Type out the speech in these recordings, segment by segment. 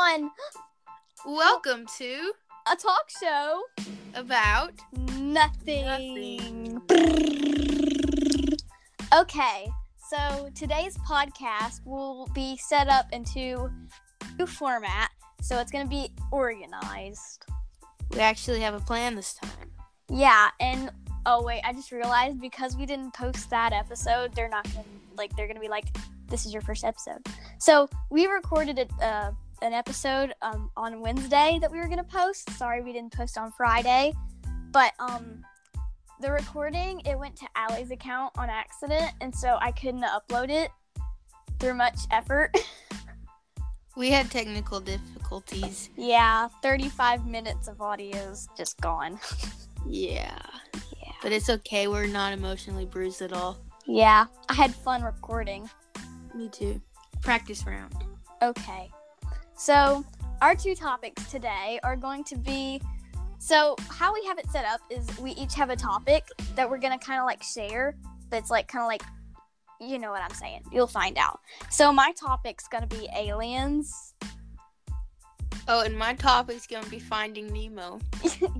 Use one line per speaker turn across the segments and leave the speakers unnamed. everyone!
Welcome to
A talk show.
About
Nothing.
Nothing.
Okay, so today's podcast will be set up into new format, so it's going to be organized.
We actually have a plan this time.
Yeah, and oh wait, I just realized because we didn't post that episode, they're not going to like they're going to be like this is your first episode. So, we recorded it uh an episode um, on Wednesday that we were gonna post. Sorry, we didn't post on Friday, but um, the recording it went to Allie's account on accident, and so I couldn't upload it through much effort.
We had technical difficulties.
yeah, 35 minutes of audio's just gone.
Yeah.
Yeah.
But it's okay. We're not emotionally bruised at all.
Yeah, I had fun recording.
Me too. Practice round.
Okay. So, our two topics today are going to be so, how we have it set up is we each have a topic that we're going to kind of like share that's like kind of like, you know what I'm saying. You'll find out. So, my topic's going to be aliens.
Oh, and my topic's going to be Finding Nemo.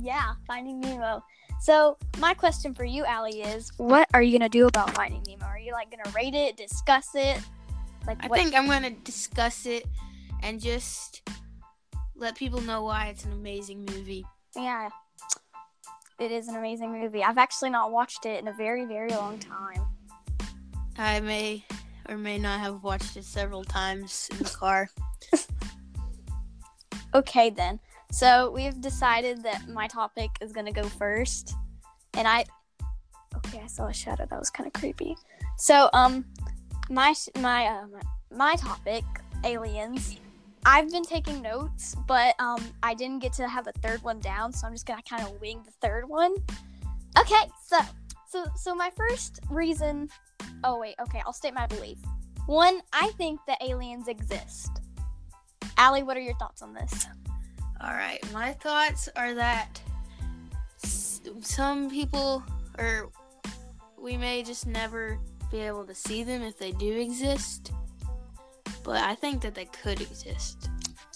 yeah, Finding Nemo. So, my question for you, Allie, is what are you going to do about Finding Nemo? Are you like going to rate it, discuss it? Like,
I
what?
think I'm going to discuss it and just let people know why it's an amazing movie.
Yeah. It is an amazing movie. I've actually not watched it in a very, very long time.
I may or may not have watched it several times in the car.
Okay, then. So we've decided that my topic is going to go first. And I. Okay, I saw a shadow. That was kind of creepy. So, um, my, sh- my, uh, my, my topic, aliens. I've been taking notes, but um, I didn't get to have a third one down, so I'm just gonna kind of wing the third one. Okay, so, so, so my first reason. Oh wait, okay, I'll state my belief. One, I think that aliens exist. Allie, what are your thoughts on this?
All right, my thoughts are that s- some people, or we may just never be able to see them if they do exist, but I think that they could exist.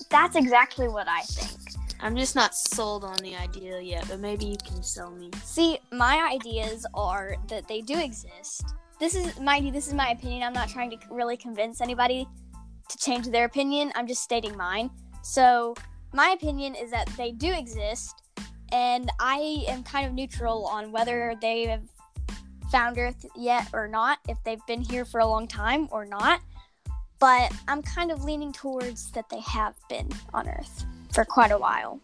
That's exactly what I think.
I'm just not sold on the idea yet, but maybe you can sell me.
See, my ideas are that they do exist. This is mind you, this is my opinion. I'm not trying to really convince anybody to change their opinion. I'm just stating mine. So, my opinion is that they do exist, and I am kind of neutral on whether they have found Earth yet or not, if they've been here for a long time or not. But I'm kind of leaning towards that they have been on Earth for quite a while.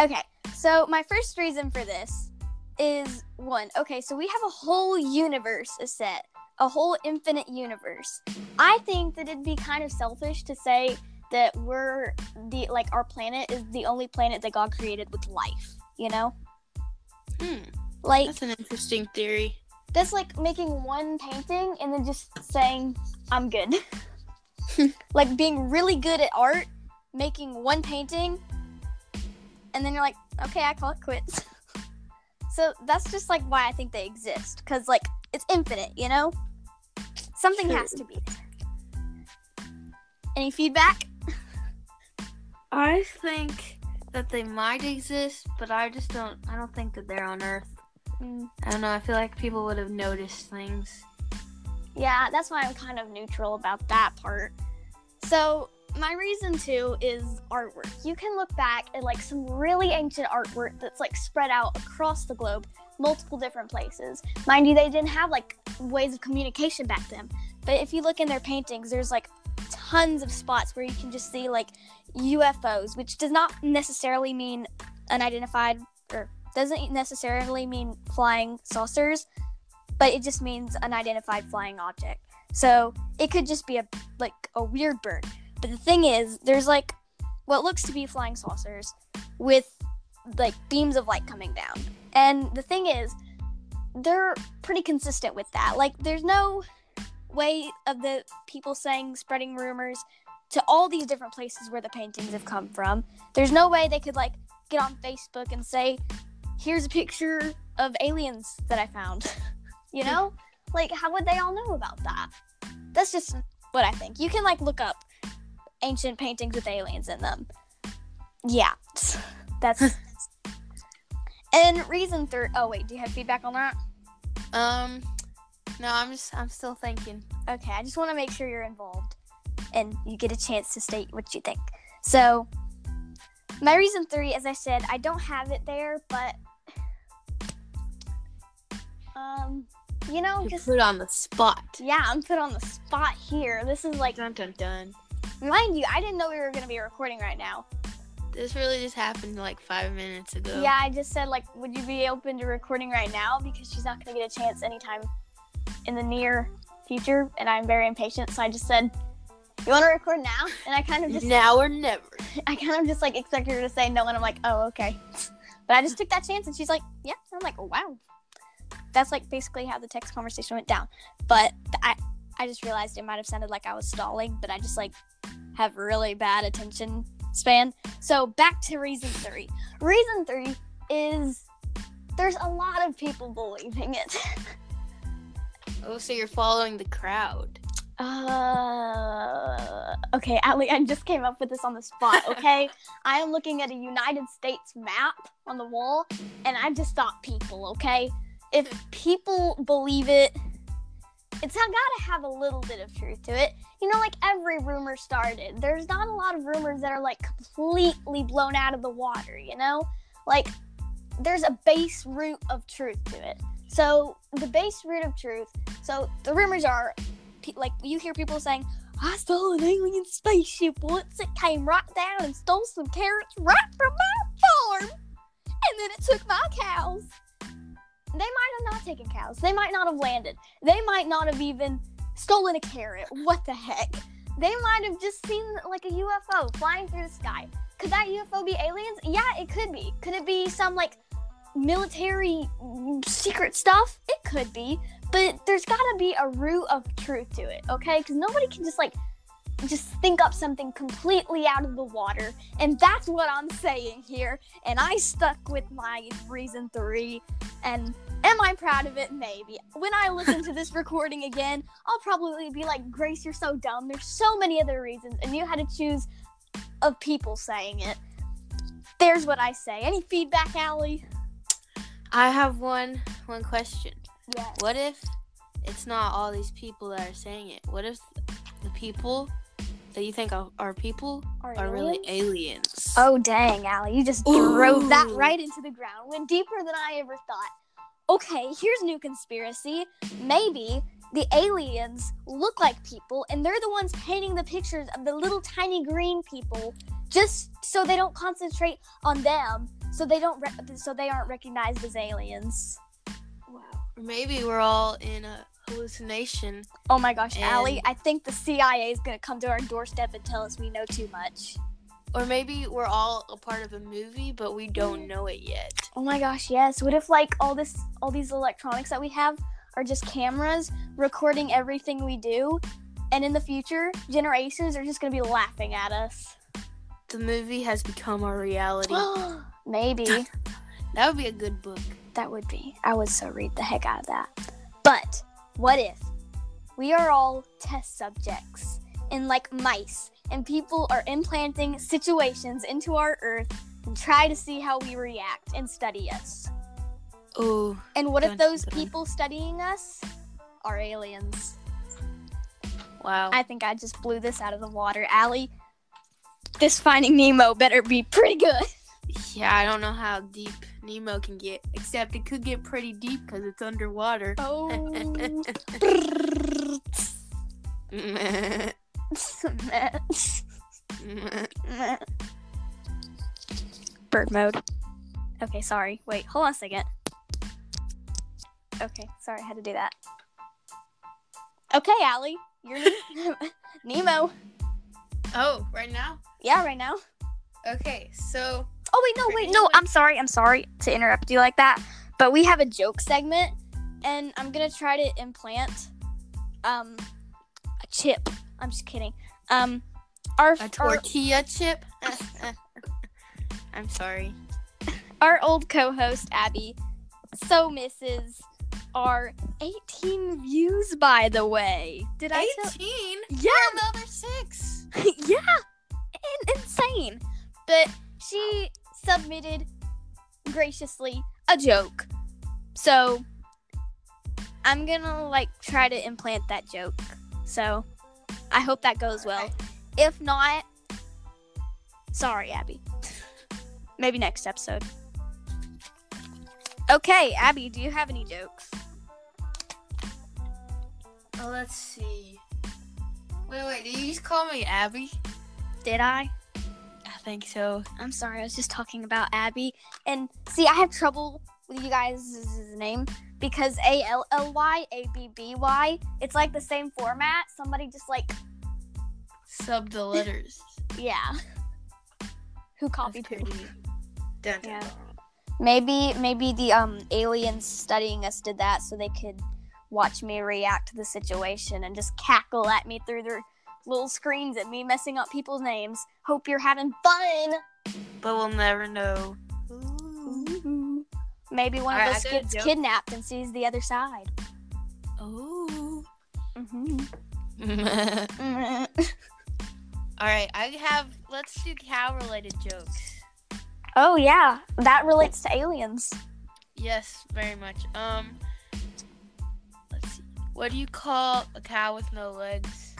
Okay, so my first reason for this is one. Okay, so we have a whole universe is set, a whole infinite universe. I think that it'd be kind of selfish to say that we're the like our planet is the only planet that God created with life, you know?
Hmm,
Like
that's an interesting theory.
that's like making one painting and then just saying I'm good. like being really good at art, making one painting, and then you're like, okay, I call it quits. so that's just like why I think they exist, because like it's infinite, you know. Something
Sure.
has to be there. Any feedback?
I think that they might exist, but I just don't. I don't think that they're on Earth. I don't know. I feel like people would have noticed things.
Yeah, that's why I'm kind of neutral about that part. So, my reason too is artwork. You can look back at like some really ancient artwork that's like spread out across the globe, multiple different places. Mind you, they didn't have like ways of communication back then. But if you look in their paintings, there's like tons of spots where you can just see like UFOs, which does not necessarily mean unidentified or doesn't necessarily mean flying saucers but it just means unidentified flying object. So it could just be a like a weird bird. But the thing is, there's like what looks to be flying saucers with like beams of light coming down. And the thing is, they're pretty consistent with that. Like there's no way of the people saying spreading rumors to all these different places where the paintings have come from. There's no way they could like get on Facebook and say, "Here's a picture of aliens that I found." You know? like, how would they all know about that? That's just what I think. You can, like, look up ancient paintings with aliens in them. Yeah, that's. and reason three oh wait, do you have feedback on that?
Um, no, I'm just I'm still thinking.
Okay, I just want to make sure you're involved and you get a chance to state what you think. So, my reason three, as I said, I don't have it there, but um, you know,
You're
just
put on the spot.
yeah, I'm put on the spot here. This is like,
Dun dun dun.
mind you, I didn't know we were gonna be recording right now.
This really just happened like five minutes ago.
Yeah, I just said like, would you be open to recording right now? Because she's not gonna get a chance anytime in the near future, and I'm very impatient. So I just said, you want to record now? And I kind of just
Now or never.
I kind of just like expected her to say no, and I'm like, oh, okay. But I just took that chance, and she's like, yeah. And I'm like, wow. That's like basically how the text conversation went down. But th- I, I just realized it might have sounded like I was stalling, but I just like have really bad attention span. So back to reason three. Reason three is there's a lot of people believing it.
Oh, so you're following the crowd.
Uh, okay, Allie, I just came up with this on the spot, okay? I am looking at a United States map on the wall, and I just thought people, okay? If people believe it, it's not gotta have a little bit of truth to it. You know, like every rumor started, there's not a lot of rumors that are like completely blown out of the water, you know? Like, there's a base root of truth to it. So, the base root of truth, so the rumors are pe- like you hear people saying, "I stole an alien spaceship once. It came right down and stole some carrots right from my farm, and then it took my cows." They might have not taken cows. They might not have landed. They might not have even stolen a carrot. What the heck? They might have just seen like a UFO flying through the sky. Could that UFO be aliens? Yeah, it could be. Could it be some like military mm, secret stuff? It could be but there's gotta be a root of truth to it okay because nobody can just like just think up something completely out of the water and that's what i'm saying here and i stuck with my reason three and am i proud of it maybe when i listen to this recording again i'll probably be like grace you're so dumb there's so many other reasons and you had to choose of people saying it there's what i say any feedback Allie?
I have one one question.
yes
What if it's not all these people that are saying it? What if the people that you think are, are people are really aliens?
Oh dang, Allie, you just drove that right into the ground. Went deeper than I ever thought. Okay, here's a new conspiracy. Maybe the aliens look like people and they're the ones painting the pictures of the little tiny green people just so they don't concentrate on them so they don't re- so they aren't recognized as aliens.
wow. Or maybe we're all in a hallucination.
Oh my gosh,
And-
Allie, I think the CIA is going to come to our doorstep and tell us we know too much.
Or maybe we're all a part of a movie, but we don't know it yet.
Oh my gosh, yes. What if like all this all these electronics that we have are just cameras recording everything we do and in the future generations are just going to be laughing at us.
The movie has become our reality.
Maybe
that would be a good book.
that would be. I would so read the heck out of that. But what if we are all test subjects and like mice and people are implanting situations into our earth and try to see how we react and study us.
Oh,
And what if
Dun,
those
dun.
people studying us are aliens?
wow.
I think I just blew this out of the water. Allie, this Finding Nemo better be pretty good.
yeah, I don't know how deep Nemo can get, except it could get pretty deep because it's underwater.
Oh. Bird mode. Okay, sorry. Wait, hold on a second. Okay, sorry, I had to do that. Okay, Allie, you're Nemo.
oh, right now?
Yeah, right now.
Okay, so
Oh wait, no, wait, no. I'm sorry. I'm sorry to interrupt you like that, but we have a joke segment, and I'm gonna try to implant, um, a chip. I'm just kidding. Um, our
a
our,
tortilla chip. I'm sorry.
our old co-host Abby, so misses our 18 views by the way. Did I? Tell-
Eighteen.
yeah,
Another six.
yeah. in- insane. But she submitted graciously a joke. So I'm gonna like try to implant that joke. So I hope that goes well.
Alright.
If not, sorry, Abby. Maybe next episode. Okay, Abby, do you have any jokes?
Oh, let's see. Wait, wait. Did you just call me Abby?
Did I?
I think so.
I'm sorry, I was just talking about Abby. And see, I have trouble with you guys' name because A L L Y, A B B Y, it's like the same format. Somebody just like,
Sub the letters.
yeah. Who
That's
copied who?
pretty- Dun, dun,
Yeah.
dun.
Maybe, maybe the um aliens studying us did that so they could watch me react to the situation and just cackle at me through their little screens at me messing up people's names. Hope you're having fun.
But we'll never know.
Maybe one
Alright,
of us
Mm-hmm. I got a
gets
joke.
kidnapped and sees the other side.
Oh.
Mm-hmm.
All right. I have. Let's do cow-related jokes.
Oh yeah, that relates to aliens.
Yes, very much. Um, let's see. What do you call a cow with no legs?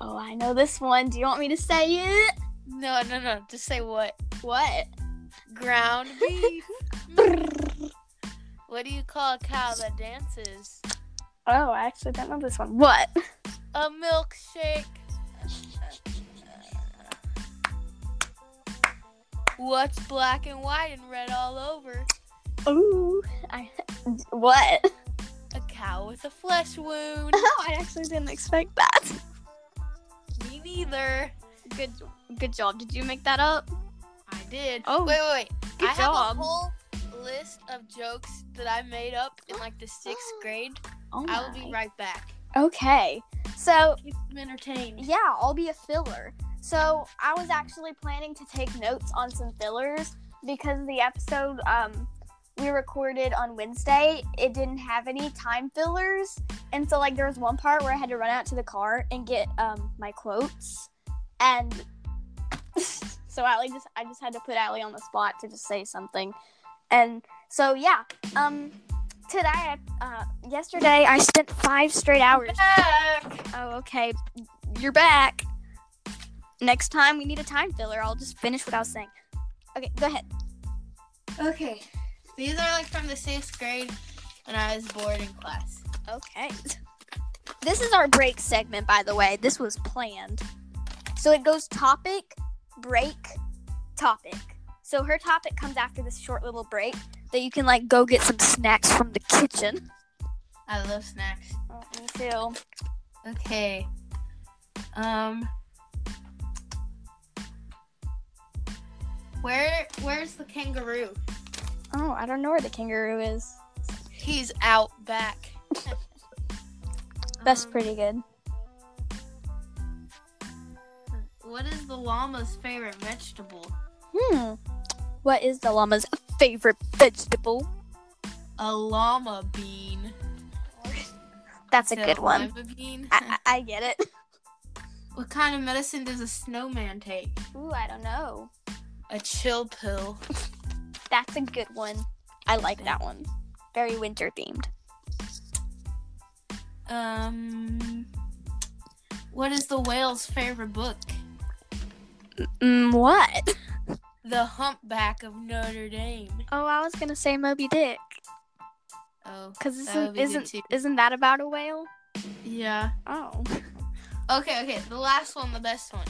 Oh, I know this one. Do you want me to say it?
No, no, no. Just say what?
What? Oh,
Ground beef.
Brrr.
what do you call a cow that dances?
Oh, I actually don't know this one. What?
A milkshake. What's black and white and red all over?
Ooh, I what?
A cow with a flesh wound.
Oh, I actually didn't expect that.
Me neither.
Good, good job. Did you make that up?
I did.
Oh,
wait, wait, wait.
good
I have
job.
a whole list of jokes that I made up in like the sixth grade.
Oh
I will be
my.
right back.
Okay, so
Keep them entertained.
yeah, I'll be a filler. So I was actually planning to take notes on some fillers because the episode um, we recorded on Wednesday it didn't have any time fillers, and so like there was one part where I had to run out to the car and get um, my quotes, and so Allie just I just had to put Allie on the spot to just say something, and so yeah, um, today I, uh, yesterday I spent five straight hours.
Back.
Oh, okay. You're back. Next time we need a time filler. I'll just finish what I was saying. Okay, go ahead.
Okay. These are like from the sixth grade when I was bored in class.
Okay. This is our break segment, by the way. This was planned. So it goes topic, break, topic. So her topic comes after this short little break that you can like go get some snacks from the kitchen.
I love snacks.
Oh, me too.
Okay. Um. Where where's the kangaroo?
Oh, I don't know where the kangaroo is.
He's out back.
That's
Um,
pretty good.
Um, What is the llama's favorite vegetable?
Hmm. What is the llama's favorite vegetable?
A llama bean.
That's a
Is it
good one.
lima bean?
I, I I get it.
what kind of medicine does a snowman take?
Ooh, I don't know.
A chill pill.
That's a good one. I like that one. Very winter themed.
Um. What is the whale's favorite book?
Mm, what?
The Humpback of Notre Dame.
Oh, I was gonna say Moby Dick,
Oh,
cause
That would
isn't
be good
isn't,
too.
isn't that about a whale?
yeah.
Oh.
Okay, okay. The last one, the best one.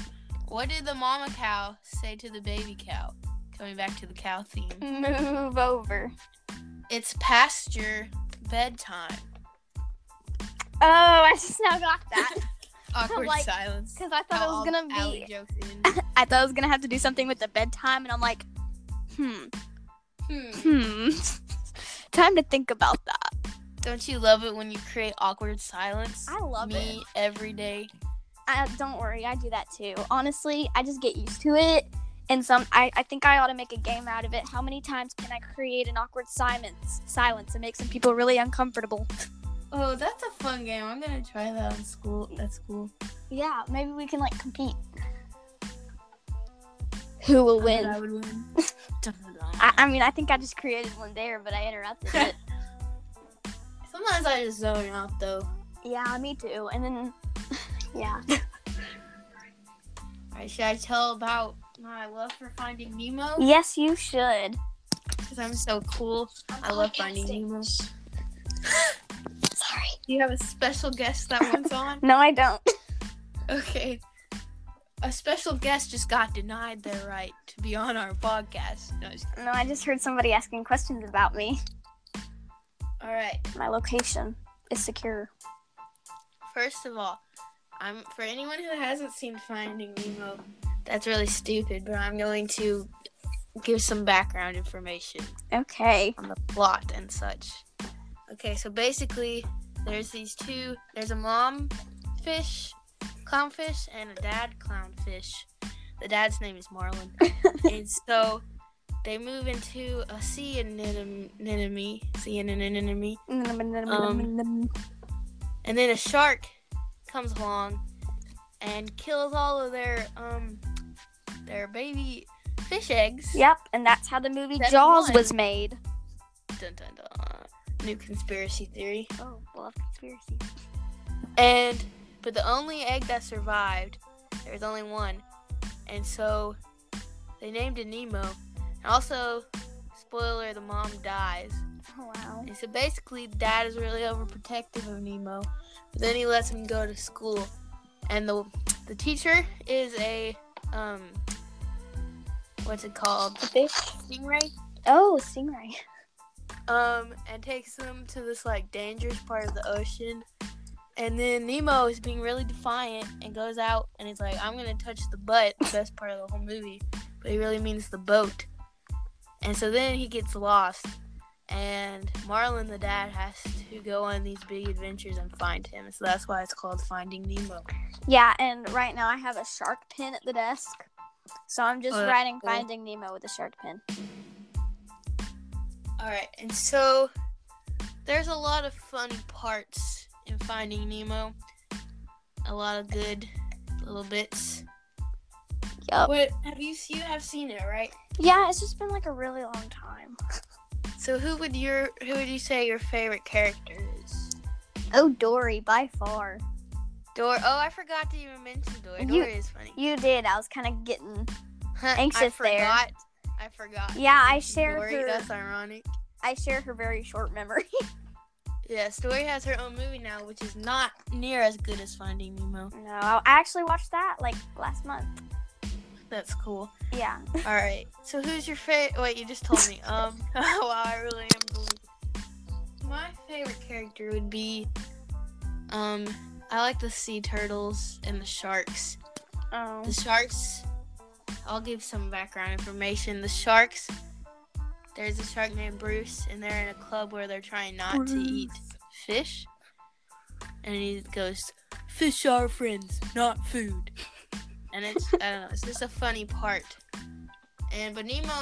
What did the mama cow say to the baby cow? Coming back to the cow theme.
Move over.
It's past your bedtime.
Oh, I just now got that.
Awkward
Like,
silence.
Cause I thought
How
I
all
was gonna
the
be.
alley jokes end.
I thought I was gonna have to do something with the bedtime, and I'm like, hmm,
Hmm.
hmm. Time to think about that.
Don't you love it when you create awkward silence?
I love
Me every day.
I, don't worry, I do that too. Honestly, I just get used to it. And some, I, I think I ought to make a game out of it. How many times can I create an awkward silence, silence and make some people really uncomfortable?
Oh, that's a fun game. I'm gonna try that in school. At school.
Yeah, maybe we can like compete. who will
I
win.
would win. Dun, dun, dun.
I, I mean, I think I just created one there, but I interrupted it.
Sometimes I just zone off though.
yeah, me too. And then, yeah.
Alright, should I tell about my love for Finding Nemo?
Yes, you should.
Because I'm so cool. I love Finding Nemo.
Sorry.
Do you have a special guest that one's on?
No, I don't.
Okay. A special guest just got denied their right to be on our podcast. No, just-
No, I just heard somebody asking questions about me.
all right.
My location is secure.
First of all, I'm for anyone who hasn't seen Finding Nemo, that's really stupid. But I'm going to give some background information
Okay.
on the plot and such. Okay, so basically, there's these two. There's a mom fish, clownfish, and a dad clownfish. The dad's name is Marlin, and so they move into a sea anenom- anemone, sea anemone,
Um,
and then a shark comes along and kills all of their um their baby fish eggs.
yep, and that's how the movie
That's
Jaws
one.
was made.
Dun, dun, dun. New conspiracy theory.
Oh, love conspiracy.
And but the only egg that survived, there was only one, and so they named it Nemo. And also, spoiler: the mom dies.
Oh, wow.
And so basically, Dad is really overprotective of Nemo, but then he lets him go to school, and the the teacher is a um, what's it called? Stingray.
Oh, stingray.
um, and takes them to this like dangerous part of the ocean. And then Nemo is being really defiant and goes out and he's like, I'm gonna touch the butt, the best part of the whole movie. But he really means the boat. And so then he gets lost. And Marlin, the dad, has to go on these big adventures and find him. So that's why it's called Finding Nemo.
Yeah, and right now I have a shark pen at the desk. So I'm just
Oh, that's
writing
cool.
Finding Nemo with a shark pen.
All right, and so there's a lot of fun parts in Finding Nemo. A lot of good little bits.
Yup.
What have you? You have seen it, right?
Yeah, it's just been like a really long time.
So who would your who would you say your favorite character is?
Oh, Dory, by far.
Dor. Oh, I forgot to even mention Dor.
You-
Dor is funny.
You did. I was kind of getting.
I
anxious there.
forgot. I forgot.
Yeah,
to
I
mention
shared
Dory.
her-
That's ironic.
I share her very short memory.
Yes, Dory has her own movie now, which is not near as good as Finding Nemo.
no, I actually watched that like last month.
That's cool.
Yeah.
All right. So who's your favorite? Wait, you just told me. Um. wow, I really am. Blue. My favorite character would be, um, I like the sea turtles and the sharks.
Oh.
The sharks. I'll give some background information. The sharks. There's a shark named Bruce, and they're in a club where they're trying not to eat fish. And he goes, "Fish are friends, not food." And it's I don't know, it's just a funny part. And but Nemo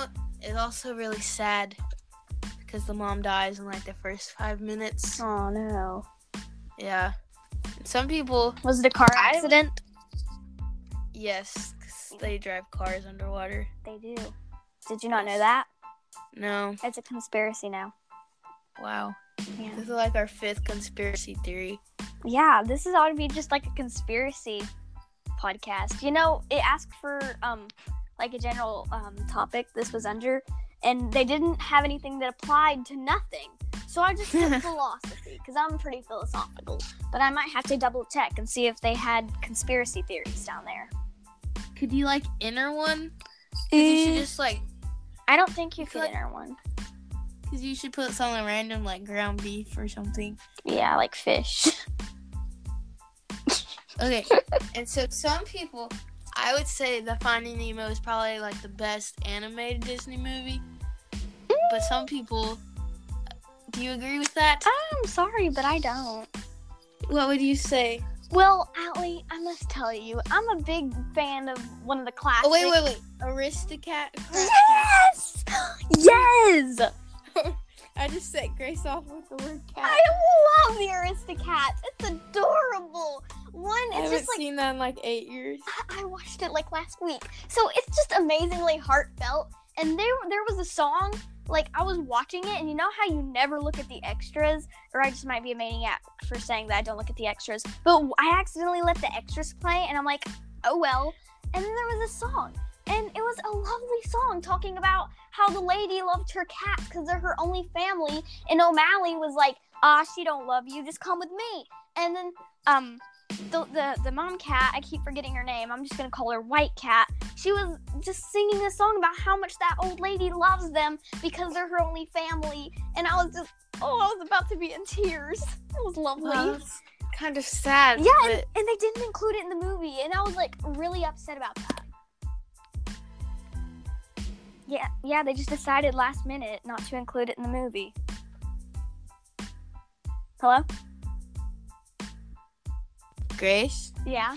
is also really sad because the mom dies in like the first five minutes.
Oh no.
Yeah. And some people,
Was it a car
I-
accident?
yes, 'cause they drive cars underwater.
They do. Did you not know that?
No.
It's a conspiracy now.
Wow.
Yeah.
This is like our fifth conspiracy theory.
Yeah, this is ought to be just like a conspiracy podcast. You know, it asked for um like a general um topic this was under and they didn't have anything that applied to nothing. So I just said philosophy because I'm pretty philosophical, but I might have to double check and see if they had conspiracy theories down there.
Could you like enter one? Cause you should just like,
Eh. I don't think you
you
could
could-
enter one.
cause you should put something random like ground beef or something.
Yeah, like fish.
Okay. and so some people, I would say the Finding Nemo is probably like the best animated Disney movie. But some people, do you agree with that?
I'm sorry, but I don't.
What would you say?
Well, Allie, I must tell you, I'm a big fan of one of the classics.
Oh wait, wait, wait. Aristocat.
Yes! Yes!
I just set Grace off with the word cat.
I love the Aristocats. It's adorable. One,
I
it's
haven't
just like
seen that in like eight years.
I, I watched it like last week. So it's just amazingly heartfelt. And there there was a song like I was watching it, and you know how you never look at the extras, or I just might be a maniac for saying that I don't look at the extras. But I accidentally let the extras play, and I'm like, oh well. And then there was a song, and it was a lovely song talking about how the lady loved her cat because they're her only family, and O'Malley was like, ah, she don't love you, just come with me. And then um the, the the mom cat i keep forgetting her name i'm just gonna call her white cat she was just singing a song about how much that old lady loves them because they're her only family and i was just oh i was about to be in tears it was lovely
Well, it's kind of sad.
yeah
but-
and, and they didn't include it in the movie and i was like really upset about that yeah yeah they just decided last minute not to include it in the movie hello
Grace.
yeah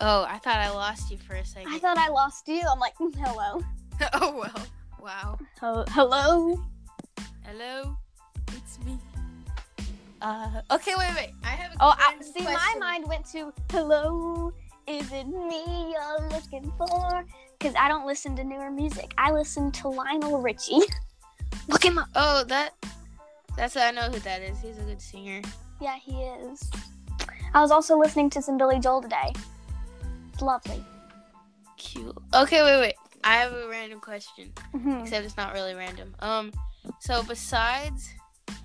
Oh, I thought I lost you for a second.
I thought I lost you. I'm like, "Mm, hello.
oh well. Wow.
Hel- Hello?
Hello, it's me. Uh. Okay. Wait. Wait. I have. A
Oh, I,
random
see, my
question.
mind went to, hello, is it me you're looking for? Because I don't listen to newer music. I listen to Lionel Richie. Look him up.
Oh, that. That's. I know who that is. He's a good singer.
Yeah, he is. I was also listening to some Billy Joel today. It's lovely.
Cute. Okay. Wait. Wait. I have a random question.
hmm
Except it's not really random. Um. So besides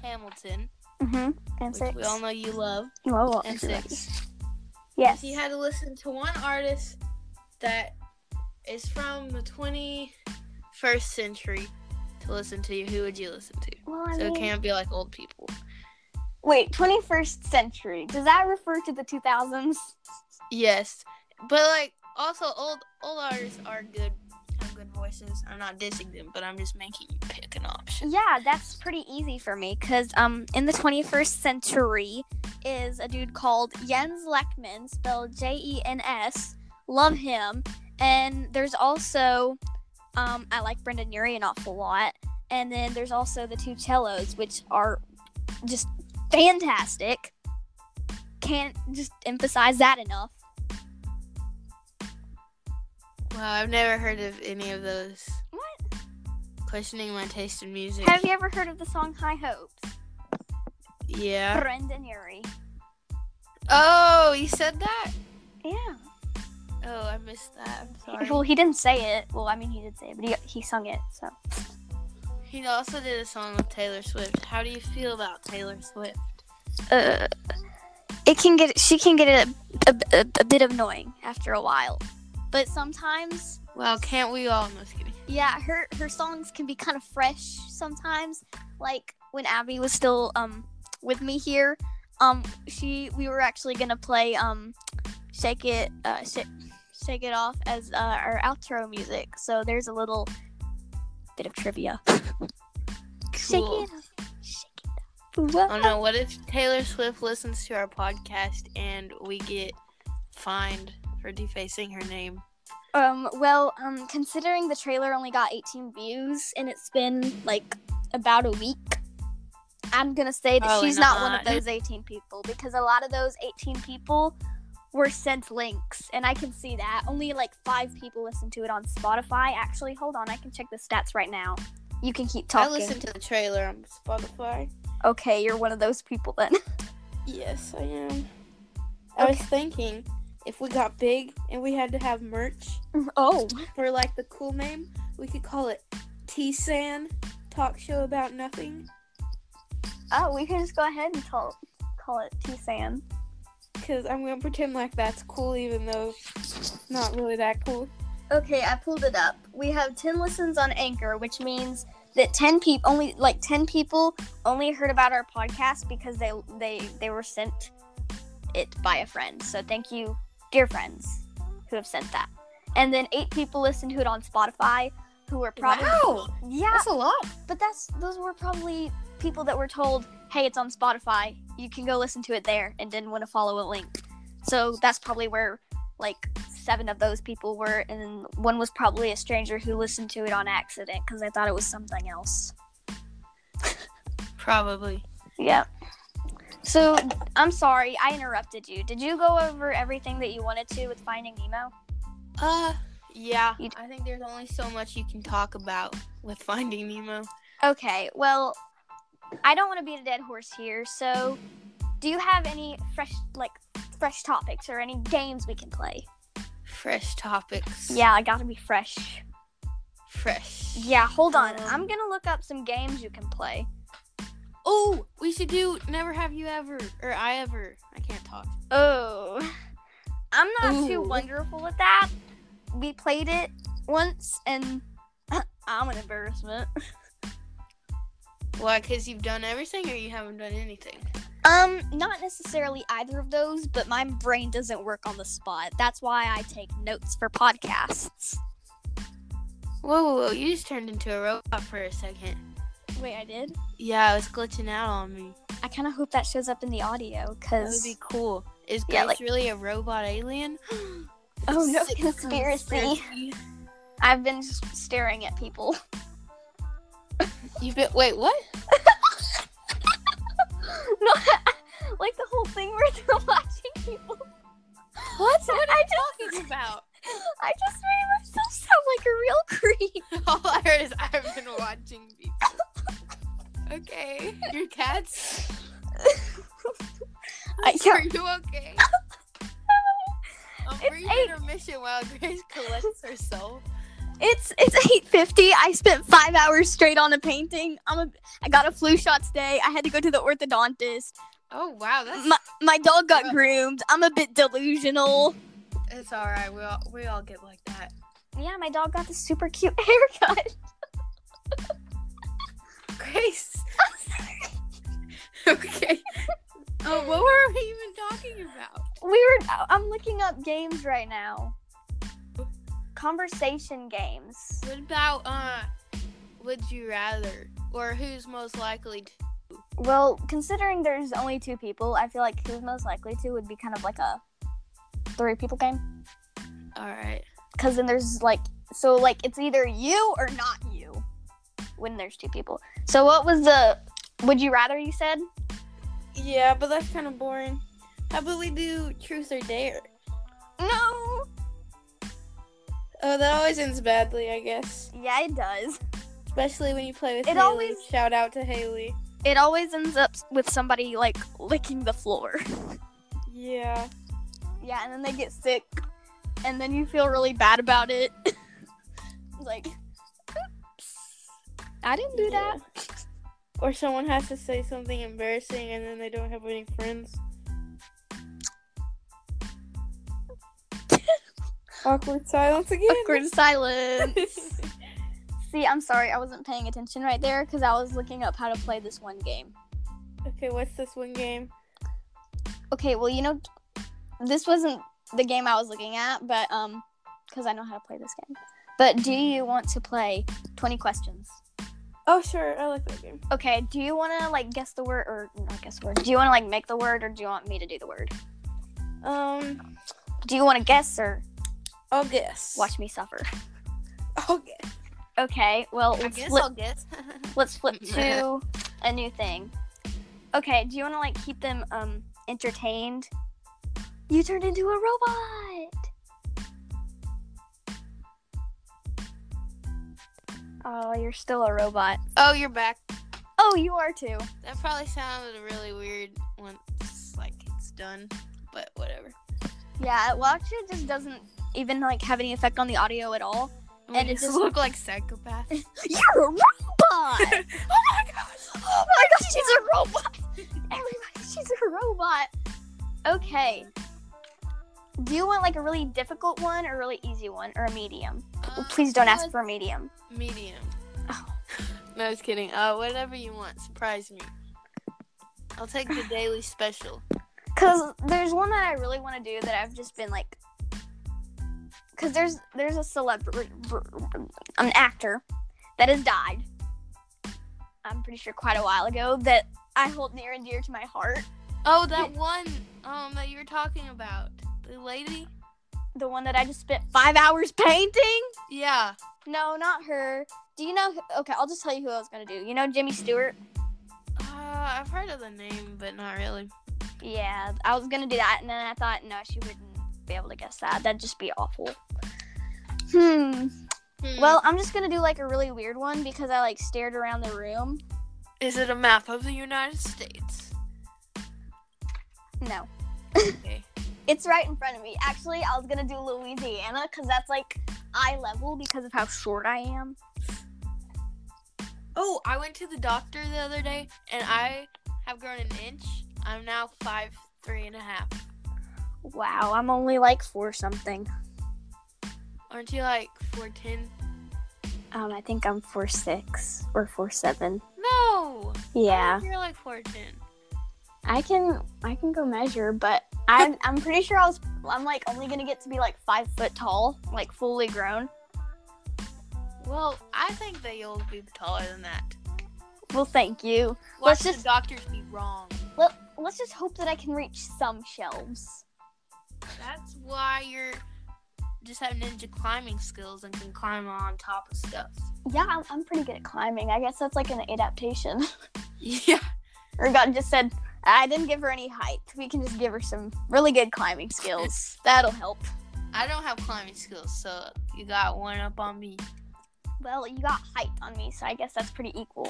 Hamilton,
hmm And
which
six.
we all know you love,
Whoa,
and
you're right.
six.
Yes.
If you had to listen to one artist that is from the 21st century to listen to, who would you listen to?
well, I
So it
mean,
can't be like old people.
wait, 21st century. Does that refer to the 2000s?
Yes, but like also old old artists are good, have good voices. I'm not dissing them, but I'm just making you pick an option.
Yeah, that's pretty easy for me because um, in the 21st century is a dude called Jens Lekman, spelled J E N S. Love him. And there's also, um, I like Brendan Urie an awful lot. And then there's also the two cellos, which are just fantastic. Can't just emphasize that enough.
Wow, I've never heard of any of those.
What?
Questioning my taste in music.
Have you ever heard of the song High Hopes?
Yeah.
Brendan Urie.
Oh, you said that?
Yeah.
Oh, I missed that. I'm
Well,
sorry.
he didn't say it. Well, I mean, he did say it, but he, he sung it. So
He also did a song with Taylor Swift. How do you feel about Taylor Swift?
uh, it can get she can get a, a, a, a bit annoying after a while, but sometimes
Well, can't we all? No, just kidding.
yeah, her her songs can be kind of fresh sometimes. Like when Abby was still um with me here, um she we were actually gonna play um shake it uh shake shake it off as uh, our outro music. So there's a little bit of trivia.
Cool.
Shake it off, shake it off. Whoa.
Oh no, what if Taylor Swift listens to our podcast and we get fined for defacing her name?
Um, well, um, considering the trailer only got 18 views and it's been like about a week, I'm gonna say that
Probably
she's not. one of
not.
those 18 people because a lot of those 18 people were sent links, and I can see that only like five people listen to it on Spotify. Actually, hold on, I can check the stats right now. You can keep
I
talking.
listened to the trailer on Spotify.
okay, you're one of those people then.
Yes, I am. I was thinking if we got big and we had to have merch
oh,
for like the cool name, we could call it T San Talk Show About Nothing.
oh, we can just go ahead and call call it T San.
Because I'm going to pretend like that's cool even though it's not really that cool.
Okay, I pulled it up. We have 10 listens on Anchor, which means that 10 people only like 10 people only heard about our podcast because they they they were sent it by a friend. So thank you, dear friends, who have sent that. And then 8 people listened to it on Spotify who were probably
Wow!
Yeah,
That's a lot.
but that's those were probably people that were told, "Hey, it's on Spotify. You can go listen to it there," and didn't want to follow a link. So that's probably where like seven of those people were, and then one was probably a stranger who listened to it on accident because they thought it was something else.
Probably.
Yeah. So I'm sorry, I interrupted you. Did you go over everything that you wanted to with Finding Nemo?
Uh, yeah.
You-
I think there's only so much you can talk about with Finding Nemo.
Okay, well, I don't want to beat a dead horse here. So, do you have any fresh like fresh topics or any games we can play?
Fresh topics.
Yeah, I got to be fresh.
Fresh.
Yeah, hold on.
Um,
I'm going to look up some games you can play.
Oh, we should do Never Have You Ever or I Ever. I can't talk.
Oh. I'm not too
Ooh.
wonderful at that. We played it once and I'm an embarrassment.
Why? Because you've done everything or you haven't done anything?
Um, not necessarily either of those, but my brain doesn't work on the spot. That's why I take notes for podcasts.
Whoa, whoa, whoa. You just turned into a robot for a second.
Wait, I did?
Yeah, it was glitching out on me.
I kind of hope that shows up in the audio
That
because
would be cool. Is Grace
Yeah, like-
really a robot alien?
Oh, no,
Sick
conspiracy. I've been s- staring at people.
You've been wait, what?
no, like the whole thing where they're watching people.
What?
What I
you
just,
talking about?
I just made myself sound like a real creep.
All I heard is I've been watching people. Okay, your cats.
I
Are
can't.
you okay? Um,
It's
we're in
eight.
intermission while Grace collects herself.
It's it's eight fifty. I spent five hours straight on a painting. I'm a. I got a flu shot today. I had to go to the orthodontist.
Oh wow, that's
My my dog got
Ugh.
groomed. I'm a bit delusional.
it's all right. We all we all get like that.
Yeah, my dog got this super cute haircut.
Grace. okay. Oh, what were we even talking about?
We were. I'm looking up games right now. Conversation games.
What about uh, would you rather, or who's most likely to?
Well, considering there's only two people, I feel like who's most likely to would be kind of like a three people game.
All right.
Because then there's like, so like it's either you or not you when there's two people. So what was the, would you rather you said?
Yeah, but that's kind of boring. How about we do truth or dare?
No!
Oh, that always ends badly, I guess.
Yeah, it does.
Especially when you play with
It
Haley.
always-
Shout out to Haley.
It always ends up with somebody like licking the floor.
Yeah.
Yeah, and then they get sick, and then you feel really bad about it. like, oops, I didn't do that.
Or someone has to say something embarrassing and then they don't have any friends. Awkward silence again.
Awkward silence. See, I'm sorry, I wasn't paying attention right there because I was looking up how to play this one game.
okay, what's this one game?
Okay, well, you know, this wasn't the game I was looking at, but um, because I know how to play this game. But do you want to play 20 questions?
Oh, sure. I like that game.
Okay, do you want to like guess the word or not guess the word? Do you want to like make the word or do you want me to do the word?
Um,
Do you want to guess or
I'll guess.
watch me suffer?
I'll guess.
Okay, well,
I
let's
guess
flip,
I'll guess.
let's flip to a new thing. Okay, do you want to like keep them um entertained? You turned into a robot. Oh, you're still a robot.
oh, you're back.
Oh, you are too.
That probably sounded really weird once like it's done, but whatever.
Yeah, well, actually, it just doesn't even like have any effect on the audio at all.
We
And it
just
just-
look like psychopaths.
You're a robot. oh my Oh
gosh.
gosh, she's a robot. Everybody, she's a robot. Okay. Do you want like a really difficult one or a really easy one or a medium?
Um,
Please don't ask
what-
for a medium.
medium.
Oh.
No, I was kidding. Uh, whatever you want. Surprise me. I'll take the daily special.
Cause there's one that I really want to do that I've just been like, cause there's there's a celebrity, an actor that has died. I'm pretty sure quite a while ago that I hold near and dear to my heart.
Oh, that one um that you were talking about, the lady.
The one that I just spent five hours painting?
Yeah.
No, not her. Do you know? Who, okay, I'll just tell you who I was gonna do. You know Jimmy Stewart?
Uh, Uh, I've heard of the name, but not really.
Yeah, I was gonna do that, and then I thought, no, she wouldn't be able to guess that. That'd just be awful. Hmm.
Hmm.
Well, I'm just gonna do like a really weird one because I like stared around the room.
is it a map of the United States?
No,
Okay.
it's right in front of me. Actually, I was gonna do Louisiana because that's like eye level because of how short I am.
Oh, I went to the doctor the other day, and I have grown an inch. I'm now five, three and a half.
Wow, I'm only like four something.
Aren't you like four ten?
Um, I think I'm four six or four seven.
No.
Yeah,
You're like four ten.
I can I can go measure, but I'm I'm pretty sure I was I'm like only gonna get to be like five foot tall, like fully grown.
Well, I think that you'll be taller than that.
Well, thank you.
Watch
Let's just-
the doctors be wrong.
Let, let's just hope that I can reach some shelves.
That's why you're just have ninja climbing skills and can climb on top of stuff.
Yeah, I'm, I'm pretty good at climbing. I guess that's like an adaptation.
Yeah.
or God just said, I didn't give her any height. We can just give her some really good climbing skills. That'll help.
I don't have climbing skills, so you got one up on me.
Well, you got height on me, so I guess that's pretty equal.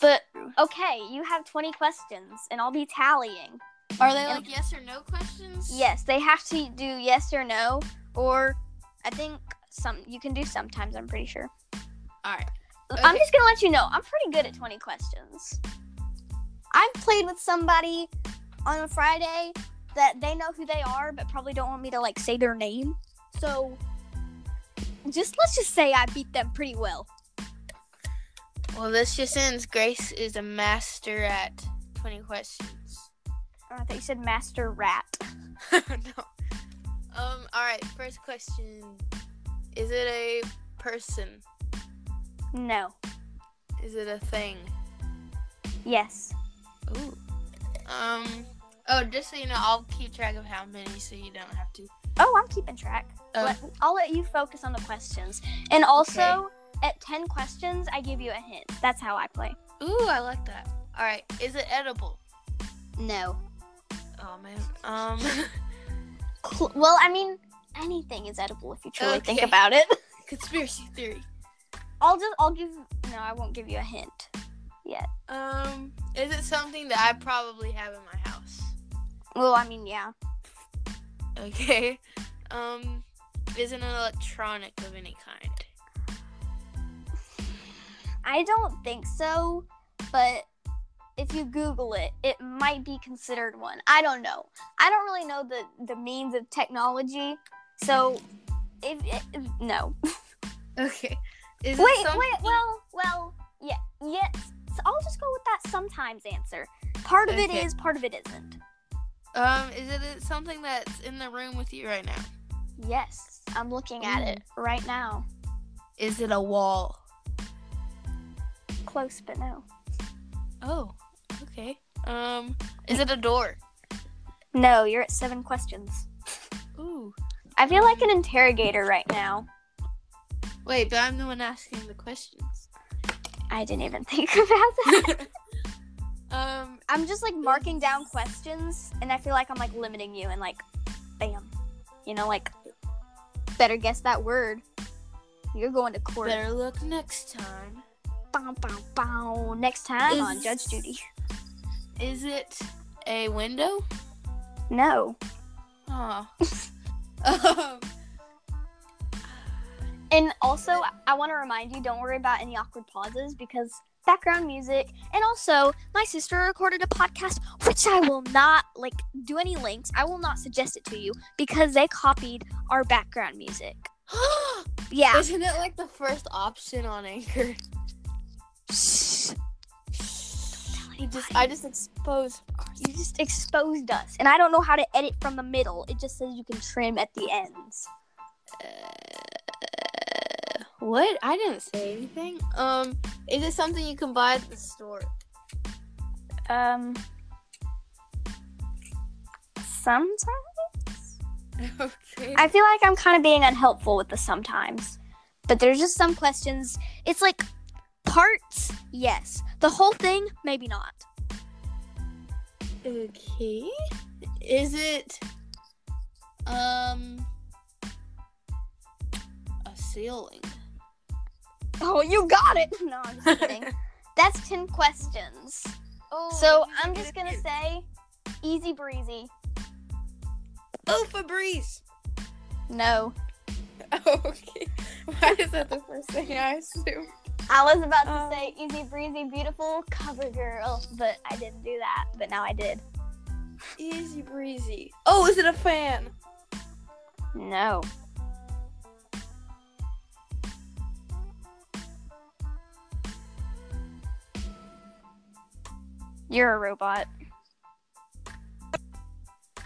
But okay, you have 20 questions, and I'll be tallying.
Are they
And-
like yes or no questions?
Yes, they have to do yes or no, or I think some you can do sometimes. I'm pretty sure.
All right.
I'm
Okay.
just gonna let you know. I'm pretty good at 20 questions. I've played with somebody on a Friday that they know who they are, but probably don't want me to like say their name. So just let's just say I beat them pretty well.
Well, this just ends. Grace is a master at 20 questions.
Oh, I thought you said master rat.
no. Um. All right. First question: Is it a person?
No.
Is it a thing?
Yes.
Ooh. Um. Oh, just so you know, I'll keep track of how many, so you don't have to.
Oh, I'm keeping track.
Oh.
Let- I'll let you focus on the questions. And also, at 10 questions, I give you a hint. That's how I play.
Ooh, I like that. All right. Is it edible?
No.
Oh man. Um.
Cl- well, I mean, anything is edible if you truly think
Okay.
about it.
conspiracy theory.
I'll just I'll give no, I won't give you a hint.
Um. Is it something that I probably have in my house?
Well, I mean, yeah.
Okay. Um. Is it an electronic of any kind?
I don't think so, but if you google it, it might be considered one. I don't know. I don't really know the the means of technology. So if, if no.
Okay. Is
Wait,
it some-
wait, well, well, yeah. Yes. So I'll just go with that sometimes answer. Part of
Okay.
it is, part of it isn't.
Um, is it something that's in the room with you right now?
Yes. I'm looking at it right now.
Is it a wall?
Close but no.
Oh, okay. Um, is it a door?
No, you're at 7 questions.
Ooh.
I feel like an interrogator right now.
Wait, but I'm the one asking the questions.
I didn't even think about that.
um,
I'm just like marking down questions, and I feel like I'm like limiting you and like, bam, you know, like, better guess that word. You're going to court.
better look next time.
Bow, bow, bow. Next time on
Is-
Judge Judy.
Is it a window?
No.
Oh. um,
And also, I- I want to remind you don't worry about any awkward pauses because background music. And also, my sister recorded a podcast, which I will not like do any links. I will not suggest it to you because they copied our background music. Yeah.
isn't it like the first option on Anchor? You just, I just exposed.
You just exposed us. And I don't know how to edit from the middle. It just says you can trim at the ends.
What? I didn't say anything. Um, is it something you can buy at the store?
Um. Sometimes?
okay.
I feel like I'm kind of being unhelpful with the sometimes. But there's just some questions. It's like parts, yes. The whole thing, maybe not.
Okay. Is it um a ceiling?
Oh, you got it. No, I'm just kidding. That's 10 questions.
Oh,
So I'm just gonna say easy breezy.
Oh, Febreze.
No.
okay. Why is that the first thing I assume?
I was about to
Um.
say easy breezy, beautiful cover girl, but I didn't do that. But now I did.
Easy breezy. Oh, is it a fan?
No. You're a robot. Uh,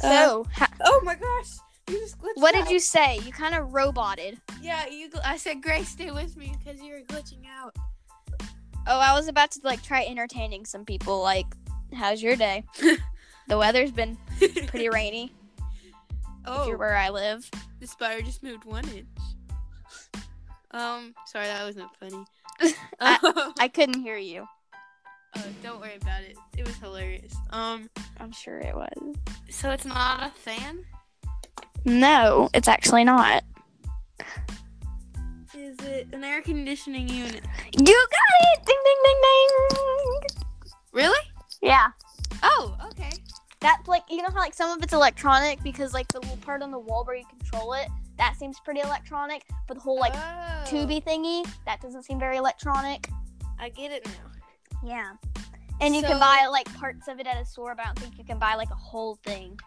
So, ha-
Oh my gosh, you just glitched.
what did
out.
you say? You kind of roboted.
Yeah, you. Gl- I said, Grace, stay with me because you were glitching out.
Oh, I was about to like try entertaining some people. Like, how's your day? the weather's been pretty rainy. if you're
oh,
where I live.
the spider just moved one inch. Um, sorry, that wasn't funny. Oh,
I couldn't hear you.
don't worry about it. It was hilarious. Um,
I'm sure it was.
so it's not a fan.
No, it's actually not.
Is it an air conditioning unit?
You got it! Ding ding ding ding.
Really?
Yeah.
Oh, okay.
That's like you know how like some of it's electronic because like the little part on the wall where you control it, that seems pretty electronic, but the whole like
oh,
tubey thingy, that doesn't seem very electronic.
I get it now.
Yeah. And you
So-
can buy like parts of it at a store, but I don't think you can buy like a whole thing.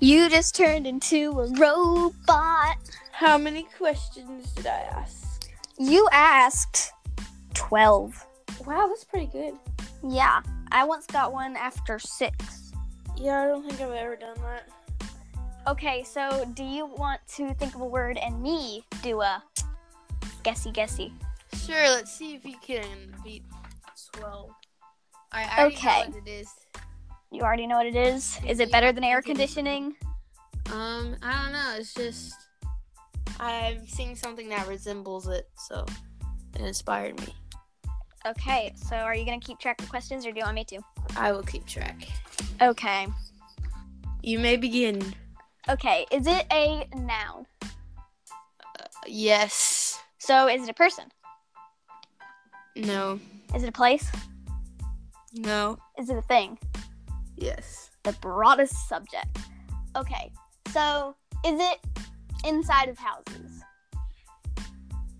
You just turned into a robot.
How many questions did I ask?
You asked 12.
Wow, that's pretty good.
Yeah, I once got one after 6.
Yeah, I don't think I've ever done that.
Okay, so do you want to think of a word and me do a guessy guessy?
Sure, let's see if you can beat 12. I, I already
Okay.
know what it is.
You already know what it is. Is it
Yeah,
better than air
I can-
conditioning?
Um, I don't know. It's just I've seen something that resembles it, so it inspired me.
Okay, so are you gonna keep track of questions or do you want me to?
I will keep track.
Okay.
You may begin.
Okay, is it a noun?
Yes.
So is it a person?
No.
Is it a place?
No.
Is it a thing?
Yes.
The broadest subject. Okay, so is it inside of houses?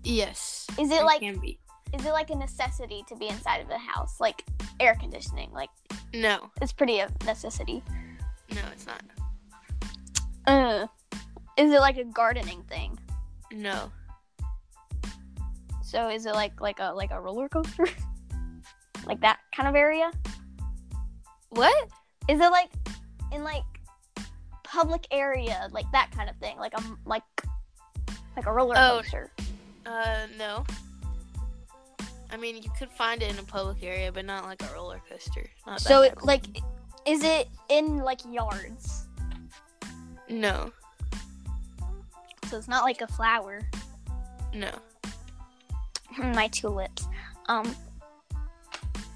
Yes.
Is it like
can be?
is it like a necessity to be inside of the house? Like air conditioning, like
No.
it's pretty a necessity.
No, it's not.
Uh, is it like a gardening thing?
No.
So is it like like a like a roller coaster? like that kind of area?
What?
Is it like in like public area, like that kind of thing, like a like like a roller
Oh.
coaster?
Uh, no. I mean, you could find it in a public area, but not like a roller coaster. Not that
So
type
it,
of-
like, is it in like yards?
no,
So it's not like a flower.
no.
My two lips. Um.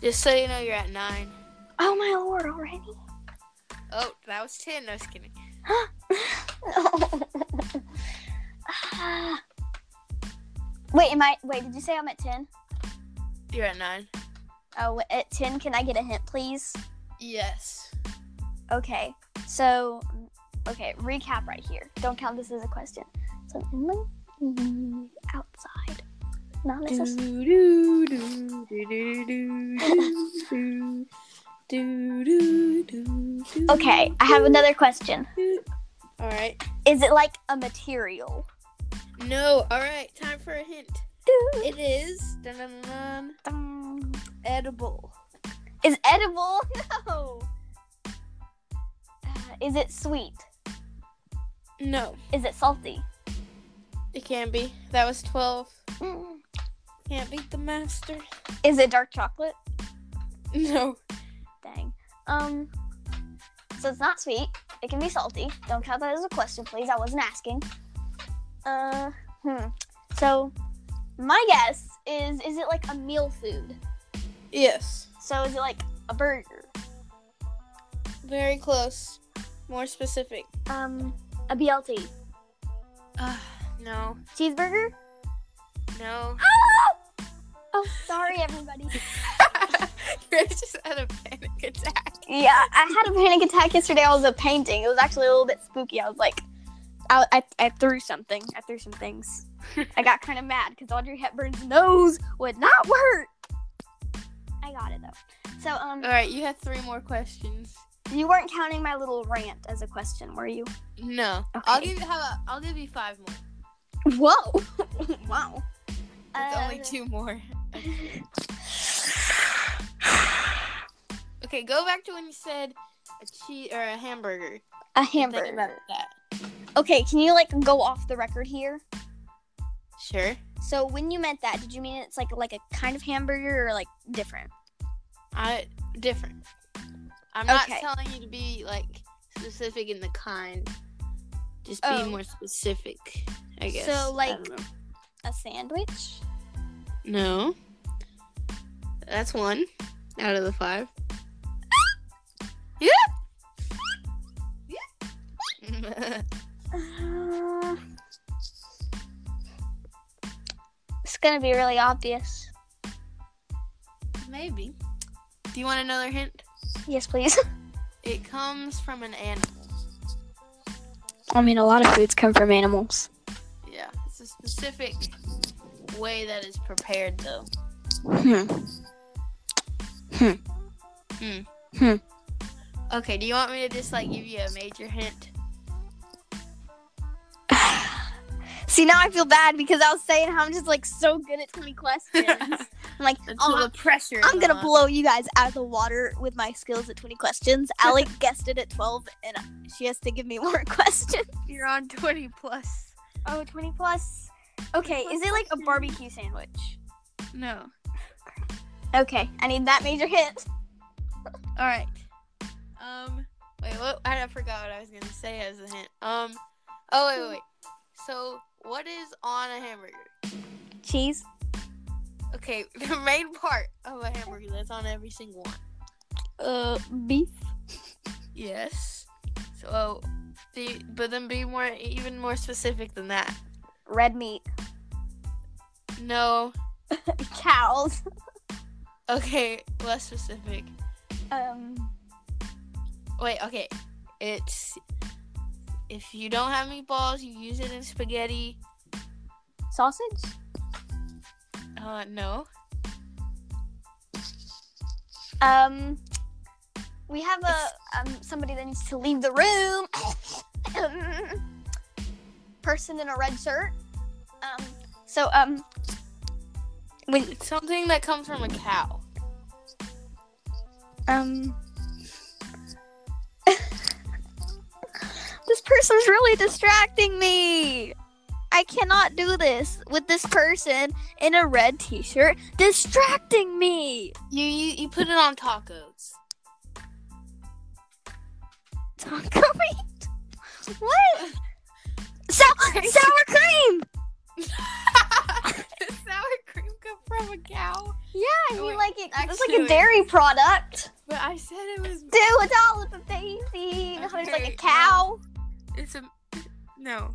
Just so you know, you're at nine.
Oh my lord! Already.
Oh, that was ten. I was kidding.
Ah. wait, am I? Wait, did you say I'm at ten?
You're at nine.
Oh, at ten, can I get a hint, please?
Yes.
Okay, so okay, recap right here. Don't count this as a question. So mm, outside, not necessary. Okay, I have another question.
All right.
Is it like a material?
No. All right. Time for a hint.
Doo,
It is dun, dun, dun,
dum.
edible.
um, Is edible? No. Uh, is it sweet?
No,
Is it salty?
it can be. That was twelve.
Mm.
Can't beat the master.
Is it dark chocolate?
No.
Dang. Um. So it's not sweet. It can be salty. Don't count that as a question, please. I wasn't asking. Uh. Hmm. So, My guess is is it like a meal food?
Yes.
So is it like a burger?
Very close. More specific.
Um a BLT.
Uh, no.
Cheeseburger?
No.
Ah! Oh, sorry everybody.
Grace just had a panic attack.
Yeah, I had a panic attack yesterday. I was a painting. It was actually a little bit spooky. I was like, I, I, I threw something. I threw some things. I got kind of mad because Audrey Hepburn's nose would not work. I got it though. So um,
All right, you have three more questions.
you weren't counting my little rant as a question, were you?
No. I'll
Okay.
give you. How about I'll give you five more.
Whoa! wow.
It's
Uh,
only two more. Okay, go back to when you said a cheese or a hamburger.
A
and think
hamburger.
about that.
Okay, can you like go off the record here?
Sure.
So when you meant that, did you mean it's like like a kind of hamburger or like different?
I different. I'm not
Okay.
telling you to be like specific in the kind. Just be
Oh.
more specific, I guess.
So,
I
like-
don't know.
A sandwich?
no. That's one out of the five. yeah.
Uh, it's gonna be really obvious.
Maybe. Do you want another hint?
Yes, please.
It comes from an animal.
I mean, a lot of foods come from animals.
Yeah, it's a specific way that it's prepared, though.
Hmm.
Okay, do you want me to just like give you a major hint?
See, now I feel bad because I was saying how I'm just like so good at 20 questions. I'm like,
Until
oh,
the pressure. is
I'm gonna
on.
blow you guys out of the water with my skills at 20 questions. Alec guessed it at 12, and she has to give me more questions.
You're on 20 plus.
Oh, 20 plus. Okay, is it like a barbecue sandwich?
No.
Okay, I need that major hit.
All right. Um. Wait. What? I forgot what I was gonna say as a hint. Um. Oh wait, wait. wait. So what is on a hamburger?
Cheese.
Okay, the main part of a hamburger that's on every single one.
Uh, beef.
Yes. So, the, but then be more even more specific than that.
red meat,
No.
cows,
Okay, less specific.
um,
Wait, okay. It's if you don't have meatballs, you use it in spaghetti.
sausage,
Uh, no.
um, we have a um, somebody that needs to leave the room. Person in a red shirt. Um, so um, when
It's something that comes from a cow.
um, this person's really distracting me. I cannot do this with this person in a red t-shirt distracting me.
You you, you put it on tacos.
Taco meat? What? Sour, sour cream!
Does sour cream come from a cow?
Yeah, I mean,
Oh, Wait,
like, it, it's like a
actually-
dairy product.
But I said it was.
Dude, it's all with the daisy. No, There's like a
Okay,
cow.
It's a no.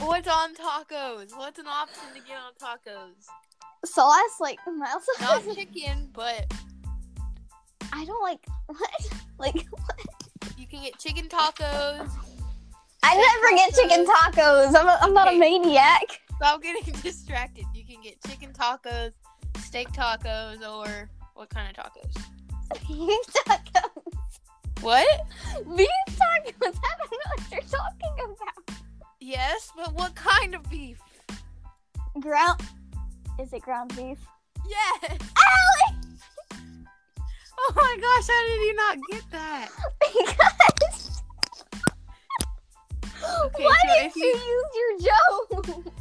What's on tacos? What's an option to get on tacos?
Sauce, like, I also,
Not chicken, but
I don't like, what? Like,
you can get chicken tacos.
I never get chicken tacos. I'm, a, I'm not a
Okay.
maniac.
Stop getting distracted. You can get chicken tacos, steak tacos, or what kind of tacos?
Beef tacos.
What?
Beef tacos. I don't know what you're talking about.
Yes, but what kind of beef?
Ground. Is it ground beef?
Yes.
Allie!
Oh my gosh, how did you not get that?
because
Okay,
why
so
didn't
if
you, use your joke?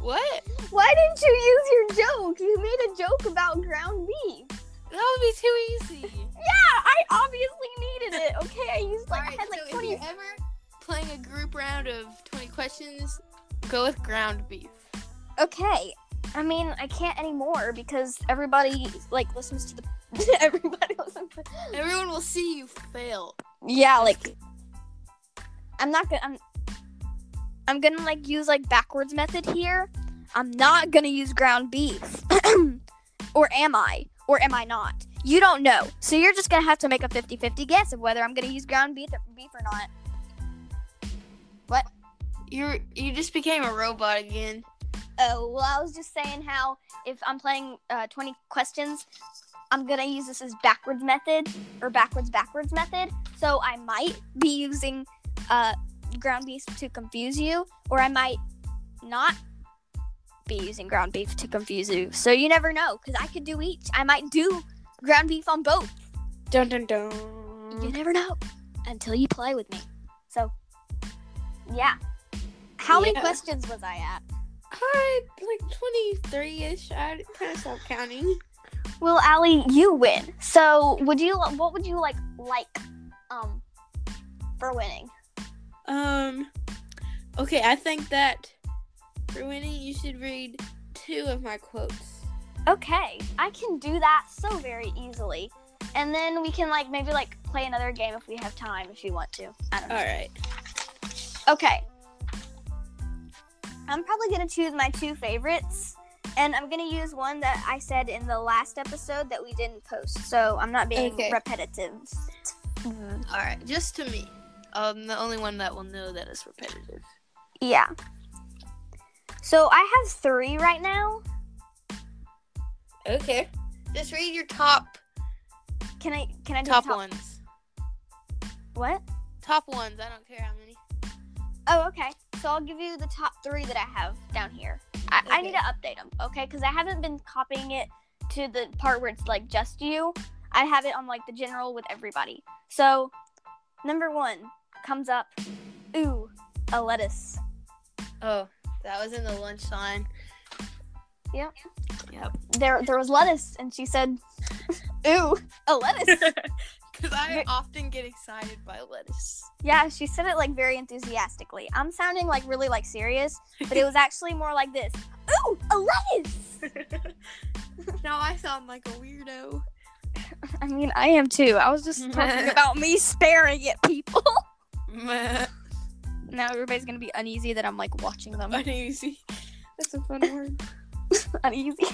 What?
Why didn't you use your joke? You made a joke about ground beef.
That would be too easy.
Yeah, I obviously needed it. Okay, I used like I
Alright,
had like
so if
20.
you're ever playing a group round of 20 questions, go with ground beef.
Okay. I mean, I can't anymore because everybody like listens to the everybody listens to
Everyone will see you fail.
Yeah, like I'm not gonna I'm I'm gonna like use like backwards method here. I'm not gonna use ground beef. or am I? Or am I not? You don't know. So you're just gonna have to make a 50-50 guess of whether I'm gonna use ground beef beef or not.
You you just became a robot again.
Oh, well, I was just saying how if I'm playing uh, 20 questions, I'm gonna use this as backwards method or backwards backwards method. So I might be using uh, ground beef to confuse you, or I might not be using ground beef to confuse you. So you never know, because I could do each. I might do ground beef on both.
Dun dun
You
dun.
never know until you play with me. So, yeah. How many
Yeah.
questions was I at?
I like twenty three ish. I kind of stopped counting.
Well, Allie, you win. So, would you? What would you like? Like, um, for winning?
Um. Okay, I think that for winning, you should read two of my quotes.
Okay, I can do that so very easily, and then we can like maybe like play another game if we have time if you want to. I don't know.
All right.
Okay. I'm probably gonna choose my two favorites, and I'm gonna use one that I said in the last episode that we didn't post, so I'm not being
Okay.
repetitive. Mm-hmm.
All right. Just to me. I'm the only one that will know that it's repetitive.
Yeah. So I have three right now.
Okay. Just read your top
Can I? Can I do
top,
top
ones.
What?
Top ones. I don't care how many.
Oh, okay. So I'll give you the top three that I have down here. I, I need to
Okay.
update them, okay? Because I haven't been copying it to the part where it's like just you. I have it on like the general with everybody. So number one comes up. Ooh, a lettuce.
Oh, that was in the lunch line.
Yep.
Yep.
There, there was lettuce, and she said, "Ooh, a lettuce."
Because I
Ve-
often get excited by lettuce.
yeah, she said it like very enthusiastically. I'm sounding like really like serious, but it was actually more like this. Ooh, a lettuce.
now I sound like a weirdo.
I mean, I am too. I was just talking about me staring at people. Now everybody's gonna be uneasy that I'm like watching them.
Uneasy. That's a fun word.
uneasy.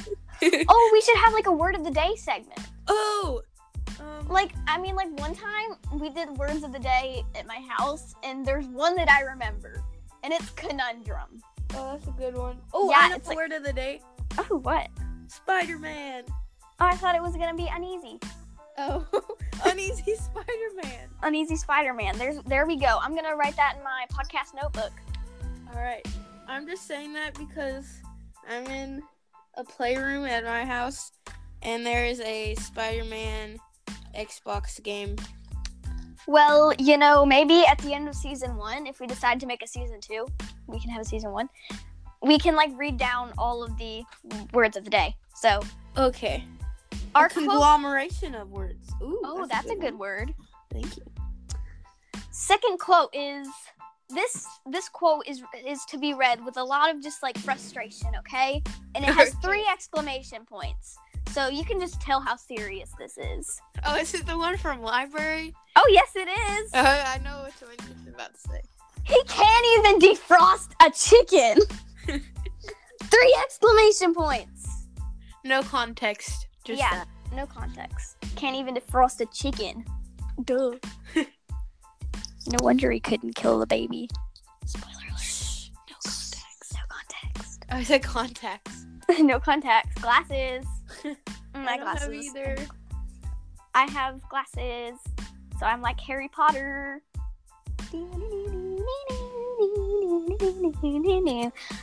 Oh, we should have like a word of the day segment.
oh. Um,
Like, I mean, like one time we did words of the day at my house, and there's one that I remember, and it's conundrum.
oh, that's a good one. Oh,
Yeah,
I know
it's
the
like-
word of the day.
Oh, what?
Spider Man.
Oh, I thought it was gonna be uneasy.
Oh, uneasy Spider Man.
Uneasy Spider-Man. There's, there we go. I'm gonna write that in my podcast notebook.
All right. I'm just saying that because I'm in a playroom at my house and there is a Spider Man Xbox game.
Well, you know, maybe at the end of season one, if we decide to make a season two, we can have a season one. We can like read down all of the words of the day. So
Okay.
our
a
quote-
conglomeration of words. Ooh.
oh, that's, a good
one.
word.
Thank you.
Second quote is this. This quote is is to be read with a lot of just like frustration, okay? And it has
Okay.
three exclamation points, so you can just tell how serious this is.
Oh, is it the one from library?
Oh yes, it is.
Oh, I know which one you're about to say.
He can't even defrost a chicken. Three exclamation points.
No context. Just
yeah, no context. Can't even defrost a chicken. Duh. no wonder he couldn't kill the baby. Spoiler alert.
Shh,
No context. No context.
that. I said contacts.
no contacts. Glasses. Mm, My
I don't have
glasses.
either.
I have glasses, so I'm like Harry Potter.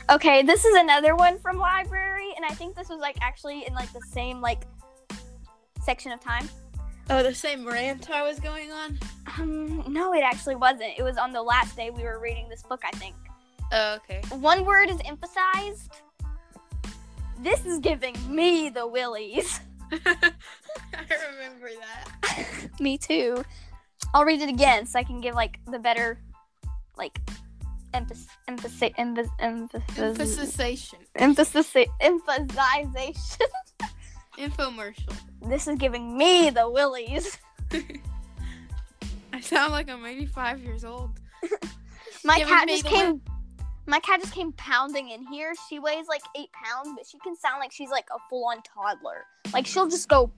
Okay, this is another one from library, and I think this was like actually in like the same like section of time.
Oh, the same rant I was going on.
Um, no, it actually wasn't. It was on the last day we were reading this book, I think.
Oh, okay.
One word is emphasized. This is giving me the willies.
I remember that.
me too. I'll read it again so I can give like the better like emphasis, emphasis, emphasis, emphasis,
Emphasization.
emphasis, emphasization.
Infomercial.
This is giving me the willies.
I sound like I'm 85 years old.
My
Giving
cat
me
just
the
came. My cat just came pounding in here. She weighs like eight pounds, but she can sound like she's like a full-on toddler. Like she'll just go,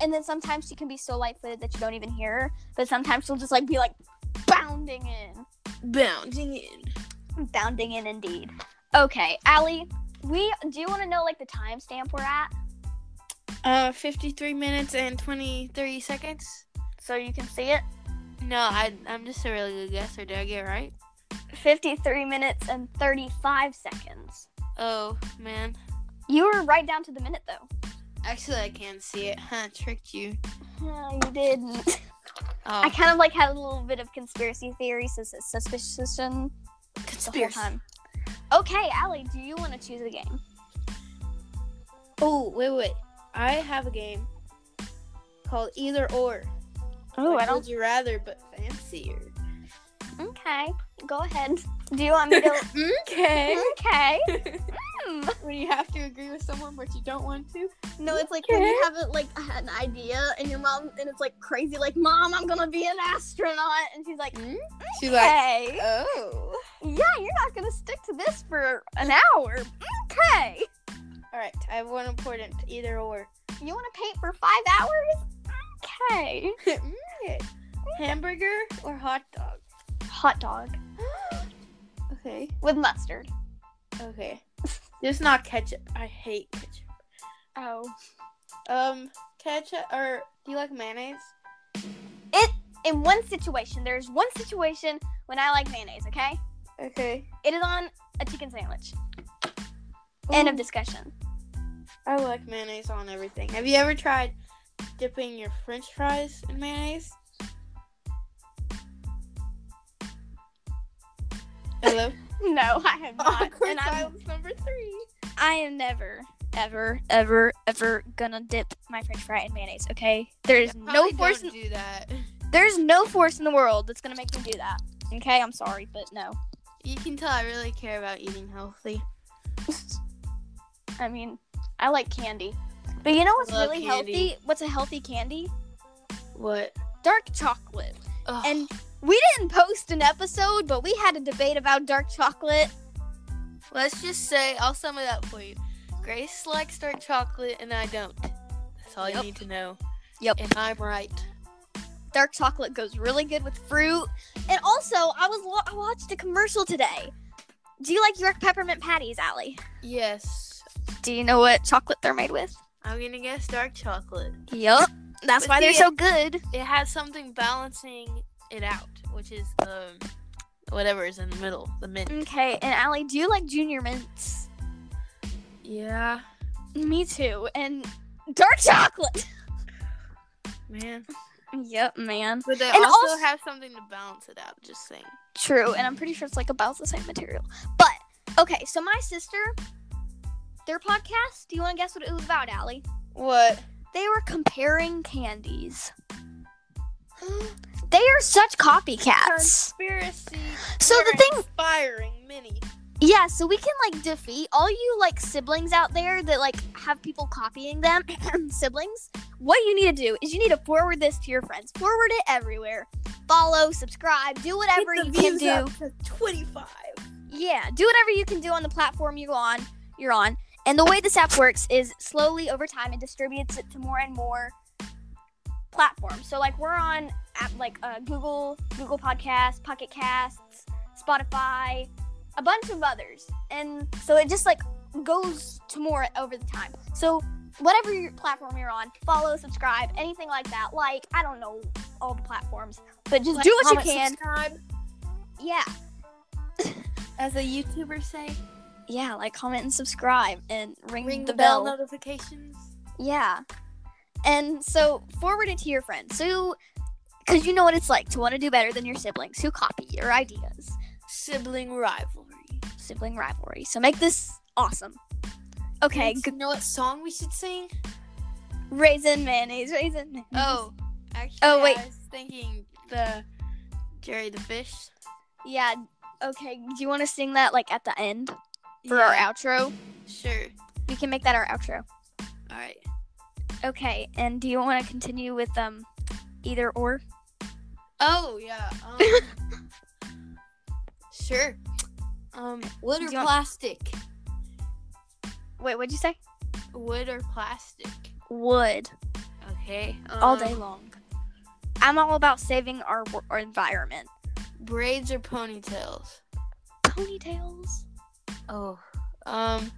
and then sometimes she can be so light-footed that you don't even hear her. But sometimes she'll just like be like bounding in.
Bounding in.
Bounding in indeed. Okay, Allie, we do you want to know like the timestamp we're at?
Uh, 53 minutes and 23 seconds.
So you can see it.
No, I, I'm just a really good guesser. Did I get it right?
53 minutes and 35 seconds.
Oh, man.
You were right down to the minute though.
Actually, I can see it. Huh, tricked you.
No, you didn't.
Oh,
I kind of like had a little bit of conspiracy theory sus- suspicion the whole time. Okay, Allie, do you want to choose a game?
Oh, wait, wait. I have a game called Either Or.
Oh, I
Would you rather, but fancier.
Okay, go ahead. Do you want me to?
Okay.
okay. Hmm.
when you have to agree with someone, but you don't want to.
No, it's like when you have a, like an idea and your mom and it's like crazy, like mom, I'm gonna be an astronaut, and she's like,
She's like,
okay,
oh.
yeah, you're not gonna stick to this for an hour, okay?
All right, I have one important Either Or.
You want to paint for five hours, okay?
Mm, okay. Hamburger or hot dog?
Hot dog
Okay.
with mustard.
Okay. Just not ketchup. I hate ketchup.
Oh,
Um, ketchup or do you like mayonnaise?
it in one situation. There's one situation when I like mayonnaise. Okay,
Okay.
it is on a chicken sandwich. End of
Ooh,
discussion.
I like mayonnaise on everything. Have you ever tried dipping your French fries in mayonnaise? Hello.
No, I have not,
Awkward
and I'm
silence number three.
I am never, ever, ever, ever gonna dip my French fry in mayonnaise. Okay, there's no force. In,
do that.
there's no force in the world that's gonna make me do that. Okay, I'm sorry, but no.
You can tell I really care about eating healthy.
I mean, I like candy, but you know what's
Love
really
candy.
healthy? What's a healthy candy?
What?
Dark chocolate.
Ugh.
And we didn't post an episode, but we had a debate about dark chocolate.
Let's just say I'll sum it up for you. Grace likes dark chocolate and I don't. That's all you
Yep.
need to know.
Yep.
And I'm right.
Dark chocolate goes really good with fruit. And also, I was wa- I watched a commercial today. Do you like York peppermint patties, Allie?
Yes.
Do you know what chocolate they're made with?
I'm gonna guess dark chocolate.
Yup. That's
But
why they're
see,
so good.
It has something balancing it out, which is the whatever is in the middle, the mint.
Okay, and Allie, do you like junior mints?
Yeah,
Me too. And dark chocolate.
man.
Yep, man.
But they
And
also
also-
have something to balance it out. Just saying.
True, and I'm pretty sure it's like about the same material. But okay, so my sister, their podcast. Do you want to guess what it was about, Allie?
What?
They were comparing candies. They are such copycats.
Conspiracy.
So the
You're
thing
inspiring mini.
Yeah, so we can like defeat all you like siblings out there that like have people copying them, um, siblings. What you need to do is you need to forward this to your friends. Forward it everywhere. Follow, subscribe, do whatever you can do.
Twenty-five.
Yeah, do whatever you can do on the platform you on you're on. And the way this app works is slowly over time it distributes it to more and more platforms. So like we're on app like uh, Google, Google Podcasts, Pocket Casts, Spotify, a bunch of others. And so it just like goes to more over the time. So whatever your platform you're on, follow, subscribe, anything like that. Like I don't know all the platforms, but just do what you can. Yeah.
as a YouTuber say,
yeah, like comment and subscribe and ring,
ring
the, bell.
notifications.
yeah. And so forward it to your friends. So cuz you know what it's like to want to do better than your siblings who copy your ideas.
Sibling rivalry.
Sibling rivalry. So make this awesome. Okay,
You
g-
know what song we should sing?
raisin mayonnaise, raisin. Mayonnaise.
Oh, actually,
Oh, Mm-hmm. wait.
I was thinking the Jerry the Fish.
yeah. Okay, do you want to sing that like at the end for our
Yeah,
outro?
Sure.
We can make that our outro.
All right.
Okay, and do you want to continue with um either or?
Oh yeah. Um, sure. Um, wood or
Do you want-
plastic?
Wait, what'd you say?
Wood or plastic?
Would
Okay.
all
um,
day long. I'm all about saving our, wor- our environment.
Braids or ponytails?
Ponytails.
Oh. Um,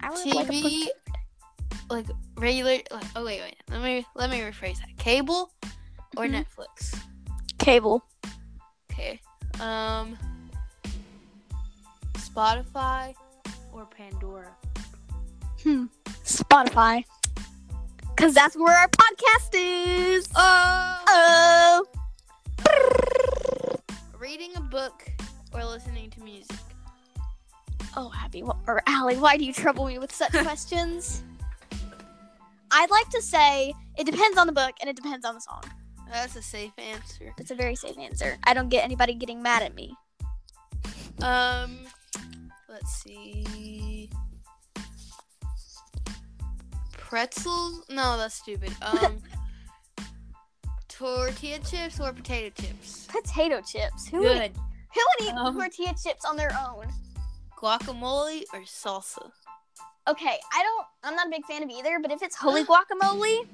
I would like a
TV.
pony-
Like regular. Like, oh wait, wait. Let me let me rephrase that. Cable or
Mhm.
Netflix?
cable.
Okay. Um, Spotify or Pandora?
Spotify. Cause that's where our podcast is.
Oh.
Oh.
Reading a book or listening to music?
Oh, Abby wh- or Allie, why do you trouble me with such questions? I'd like to say it depends on the book and it depends on the song.
That's a safe answer.
It's a very safe answer. I don't get anybody getting mad at me.
Um, let's see. Pretzels? No, that's stupid. Um, tortilla chips or potato chips?
Potato chips. Who would,
Good.
who would eat
Um.
tortilla chips on their own?
Guacamole or salsa?
Okay, I don't. I'm not a big fan of either. But if it's holy guacamole,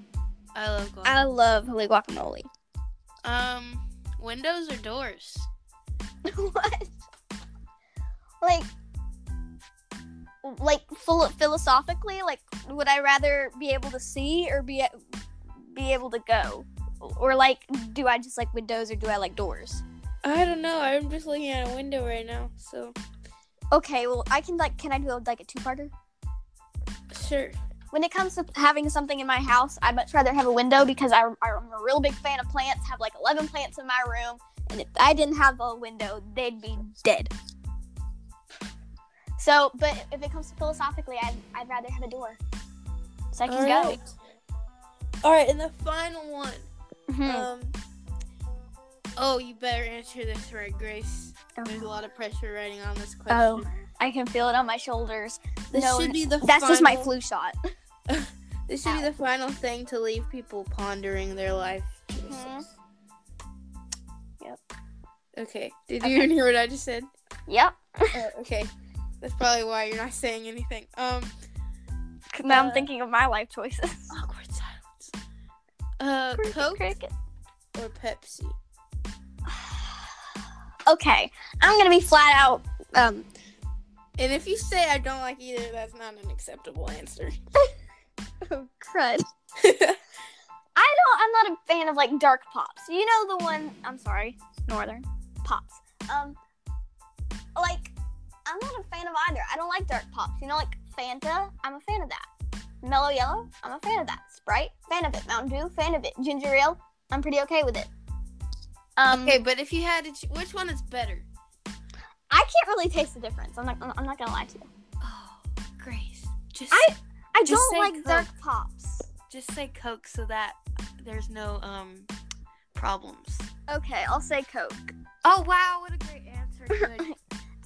I love guacamole.
I love holy guacamole.
um, windows or doors?
what? Like, like philo- philosophically, like, would I rather be able to see or be be able to go, or like, do I just like windows or do I like doors?
I don't know. I'm just looking at a window right now. So,
Okay, well, I can like, can I do like a two-parter?
sure.
When it comes to having something in my house, I'd much rather have a window because I, I'm a real big fan of plants. Have like 11 plants in my room, and if I didn't have a window, they'd be dead. So, but if it comes to philosophically, I'd, I'd rather have a door so I can go.
All right, and the final one.
Mhm.
Um. Oh, you better answer this right, Grace. There's a
Oh,
lot of pressure riding on this question.
Oh, I can feel it on my shoulders.
this
no,
should be the.
That's just my
final-
flu shot.
This should be the final thing to leave people pondering their life choices.
Mhm. Yep.
Okay. Did you hear what I just said?
Yep.
oh, okay. That's probably why you're not saying anything. Um.
'cause now I'm
Uh,
thinking of my life choices.
Awkward silence. Uh,
Cricket,
Coke
cricket.
or Pepsi?
Okay, I'm gonna be flat out. Um,
And if you say I don't like either, that's not an acceptable answer.
oh, crud. I don't. I'm not a fan of like dark pops. You know the one. I'm sorry, northern pops. Um, like I'm not a fan of either. I don't like dark pops. You know, like Fanta. I'm a fan of that. Mellow Yellow. I'm a fan of that. Sprite. Fan of it. Mountain Dew. Fan of it. Ginger Ale. I'm pretty okay with it. Um,
okay, but if you had to, ch- which one is better?
I can't really taste the difference. I'm not. I'm not gonna lie to you.
Oh, Grace. Just
I- I
Just
don't
say
like
Coke.
dark pops.
just say Coke so that there's no um problems.
Okay, I'll say Coke.
Oh wow, what a great answer. Good.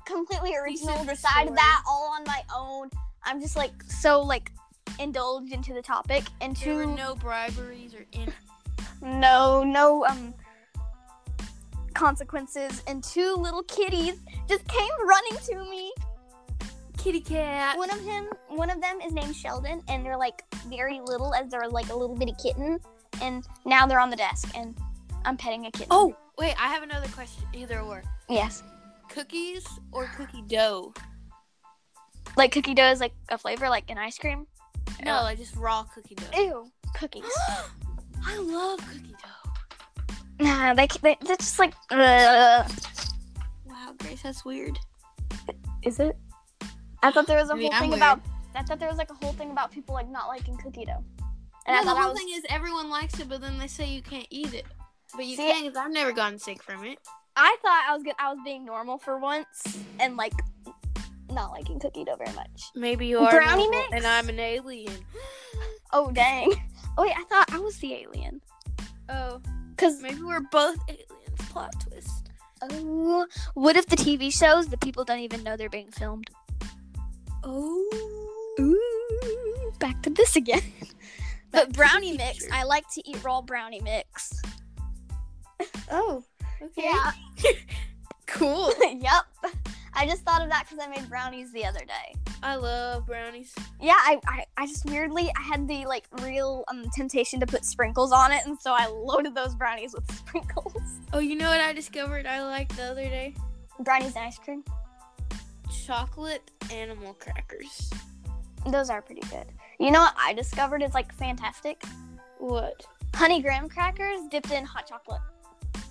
completely original.
should
Decided
restore.
that all on my own. I'm just like so like indulged into the topic and
there were
to no,
no briberies or in
no um consequences. And two little kitties just came running to me.
kitty cat.
One of him, one of them is named Sheldon, and they're like very little as they're like a little bitty kitten. And now they're on the desk, and I'm petting a kitten.
Oh wait, I have another question. Either or,
yes,
cookies or cookie dough?
like cookie dough is like a flavor, like an ice cream.
No, like just raw cookie dough.
Ew, cookies.
I love cookie dough.
Nah, they, they they're just like. ugh.
Wow, Grace, that's weird.
Is it? I thought there was a
Maybe
whole
I'm
thing
weird.
about. I thought there was like a whole thing about people like not liking cookie dough. And I
no,
thought
the
that
whole
was.
thing is everyone likes it, but then they say you can't eat it. But you
See-
can because I've never gotten sick from it.
I thought I was good. I was being normal for once and like not liking cookie dough very much.
Maybe you are
Brownie
normal,
mix?
and I'm an alien.
Oh dang! Oh wait, I thought I was the alien.
Oh,
Cause
maybe we're both aliens. Plot twist.
Oh, what if the TV shows the people don't even know they're being filmed?
Oh.
Ooh, back to this again.
Back
but
to the
brownie mix,
future.
I like to eat raw brownie mix.
Oh. Okay.
cool. yep. I just thought of that because I made brownies the other day.
I love brownies.
Yeah, I, I, I just weirdly I had the like real um, temptation to put sprinkles on it, and so I loaded those brownies with sprinkles.
Oh, you know what I discovered I liked the other day?
brownies and ice cream.
Chocolate animal crackers.
Those are pretty good. You know what I discovered is like fantastic?
What?
Honey graham crackers dipped in hot chocolate.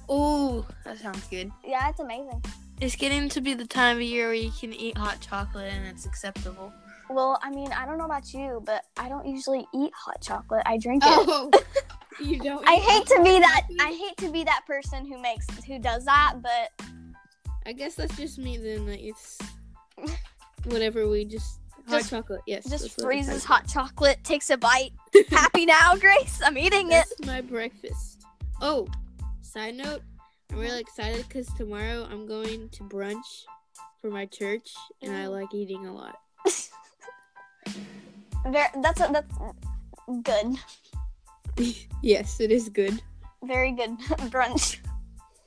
Oh, that sounds good.
Yeah, it's amazing.
It's getting to be the time of year where you can eat hot chocolate and it's acceptable.
Well, I mean, I don't know about you, but I don't usually eat hot chocolate. I drink it.
Oh, you don't.
I hate to be that. I hate to be that person who makes who does that, but
I guess that's just me then. Like it's whatever we just hot
Just-
chocolate. Yes.
just
that's what I'm
freezes
talking
hot chocolate, takes a bite. Happy now, Grace? I'm eating
about.
it.
That's my breakfast. Oh, side note, I'm really excited because tomorrow I'm going to brunch for my church, and I
Mm.
like eating a lot.
Ver- that's a, that's good.
yes, it is good.
Very good brunch.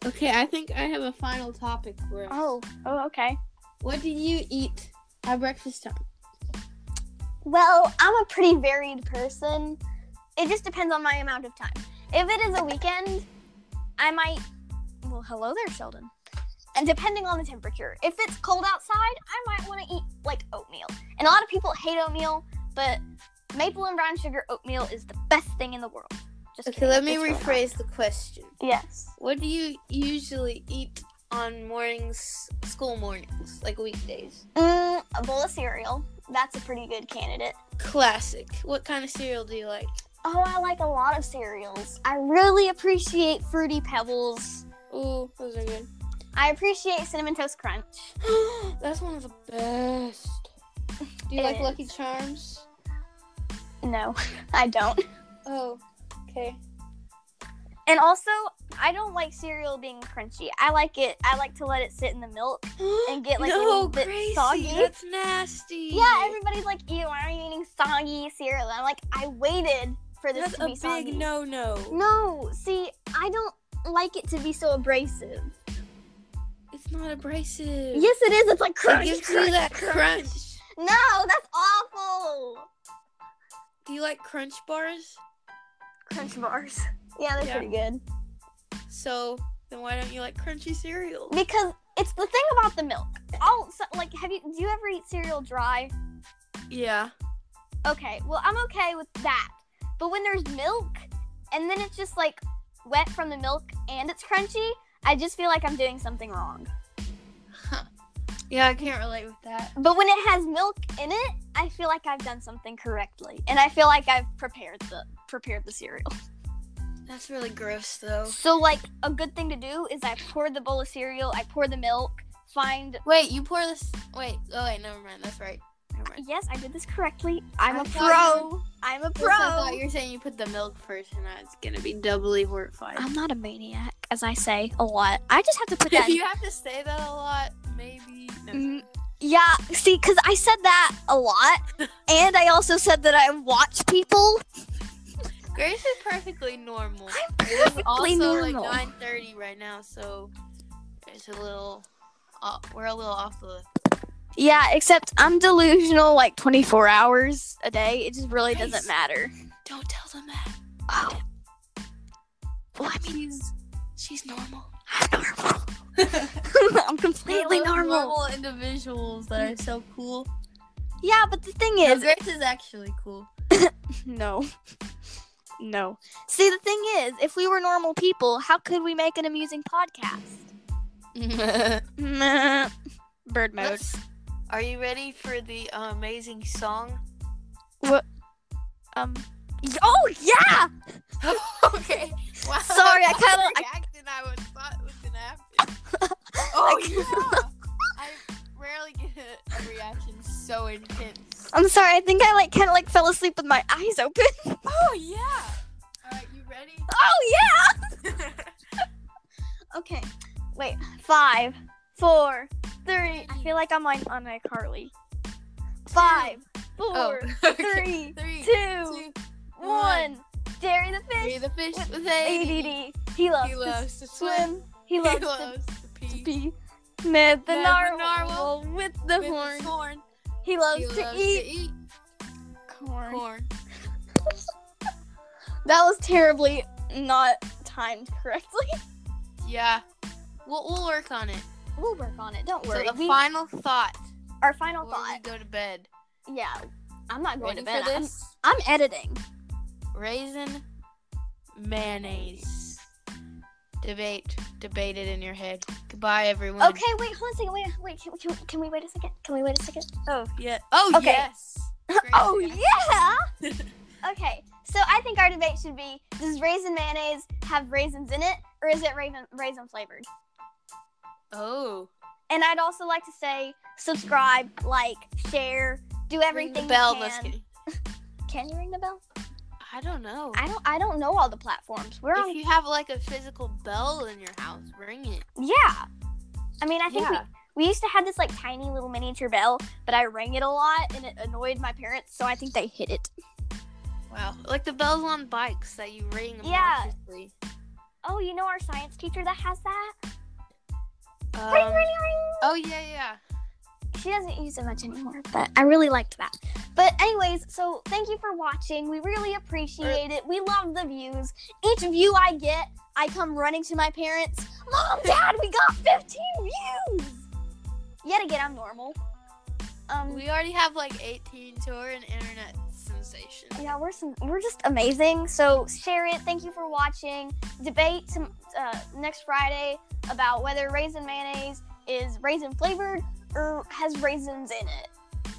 Okay, I think I have a final topic for us.
Oh, oh, okay.
What do you eat at breakfast time?
Well, I'm a pretty varied person. It just depends on my amount of time. If it is a weekend, I might. Well, hello there, Sheldon. And depending on the temperature, if it's cold outside, I might want to eat like oatmeal. And a lot of people hate oatmeal, but maple and brown sugar oatmeal is the best thing in the world. Just
Okay,
kidding,
let me
it's really not.
rephrase the question.
Yes.
What do you usually eat on mornings, school mornings, like weekdays?
Mm, a bowl of cereal. That's a pretty good candidate.
Classic. What kind of cereal do you like?
Oh, I like a lot of cereals. I really appreciate Fruity Pebbles.
Ooh, those are good.
I appreciate Cinnamon Toast Crunch.
That's one of the best. Do you
It
like
is.
Lucky Charms?
No, I don't.
Oh, okay.
And also, I don't like cereal being crunchy. I like it. I like to let it sit in the milk. And get, like, a little bit
Gracie,
soggy.
That's nasty.
Yeah, everybody's like, "Ew, why are you eating soggy cereal?" And I'm like, I waited for this
That's
to
a
be
big
soggy.
no-no.
No, see, I don't like it to be so abrasive.
It's not abrasive.
Yes, it is. It's like
It
crunch.
gives
crunch,
you that
crunch.
crunch.
No, that's awful.
Do you like crunch bars?
Crunch bars. Yeah, they're
Yeah.
pretty good.
So then why don't you like crunchy cereal?
because it's the thing about the milk. Oh, so, like, have you do you ever eat cereal dry?
Yeah.
Okay, well, I'm okay with that. But when there's milk and then it's just like wet from the milk and it's crunchy, I just feel like I'm doing something wrong.
Yeah, I can't relate with that.
But when it has milk in it, I feel like I've done something correctly, and I feel like I've prepared the prepared the cereal.
That's really gross though.
So, like, a good thing to do is I pour the bowl of cereal, I pour the milk, find.
Wait, you pour this. Wait, oh wait, never mind. That's right. Never mind.
Yes, I did this correctly. I'm
I
a
thought you-
pro. I'm a pro.
Plus, I thought you were saying you put the milk first, and that's gonna be doubly horrifying.
I'm not a maniac, as I say a lot. I just have to put that.
if you have to say that a lot, maybe. No.
Mm, yeah, see, because I said that a lot, and I also said that I watch people.
Grace is perfectly normal.
I'm
It is
perfectly
also
normal.
like 9:30 right now, so it's a little. Uh, we're a little off the.
yeah, except I'm delusional like 24 hours a day. It just really
Nice.
doesn't matter.
Don't tell them that.
Oh, well, I mean,
She's she's normal.
I'm normal. I'm completely
Those
normal.
normal individuals that are so cool.
Yeah, but the thing
No,
is,
Grace is actually cool.
no. No. See, the thing is, if we were normal people, how could we make an amusing podcast? Meh. Bird mode.
Let's- Are you ready for the uh, amazing song?
Um. y- Oh yeah.
okay. Wow.
Sorry, I kinda- I-
reacted. I, was thought it was an happen. Oh yeah. I rarely get a, a reaction so intense.
I'm sorry. I think I like kind of like fell asleep with my eyes open.
Oh yeah. All right, you ready?
oh yeah. Okay. Wait, five, four, three. I feel like I'm on, on iCarly. Five, four, three,
Three,
Oh, two, one. Dairy the
Three
fish.
the fish
with
with ADD.
ADD. He loves,
He loves
to
to swim.
swim. He
He
loves,
loves to
to
pee.
pee. Met the
Met the
narwhal,
narwhal
with the
with his
horn.
horn.
He loves,
He
to,
loves
eat
to eat
corn.
corn.
That was terribly not timed correctly.
Yeah. We'll, we'll work on it.
We'll work on it. Don't worry.
So the
We-
final thought
our final
before
thought.
we go to bed.
Yeah, I'm not going to
Ready
bed.
for
I'm,
this?
I'm editing.
Raisin mayonnaise. Debate. Debate it in your head. Goodbye, everyone.
Okay, wait, hold on a second. Wait, wait. Can, can, can we wait a second? Can we wait a second? Oh,
Yeah. Oh,
Okay.
yes. Great.
oh yeah. okay, so I think our debate should be: Does raisin mayonnaise have raisins in it, or is it raisin raisin flavored?
Oh.
And I'd also like to say: subscribe, like, share, do
Ring
everything.
the bell.
You
Let's
can.
get it.
can you ring the bell?
I don't know.
I don't. I don't know all the platforms. We're on.
if you have like a physical bell in your house, ring it.
yeah. I mean, I think we
yeah.
We used to have this like tiny little miniature bell, but I rang it a lot and it annoyed my parents, so I think they hid it.
Wow. Like the bells on bikes that you ring
Yeah.
obnoxiously.
Oh, you know our science teacher that has that? ring, ring,
Um,
ring.
oh yeah, yeah.
She doesn't use it much anymore, but I really liked that. But anyways, so thank you for watching. We really appreciate it. We love the views. Each view I get, I come running to my parents. Mom, Dad, we got 15 views. Yet again, I'm normal. Um,
We already have like 18 tour and internet sensation.
yeah we're some, we're just amazing so share it thank you for watching debate tom- uh, next friday about whether raisin mayonnaise is raisin flavored or has raisins in it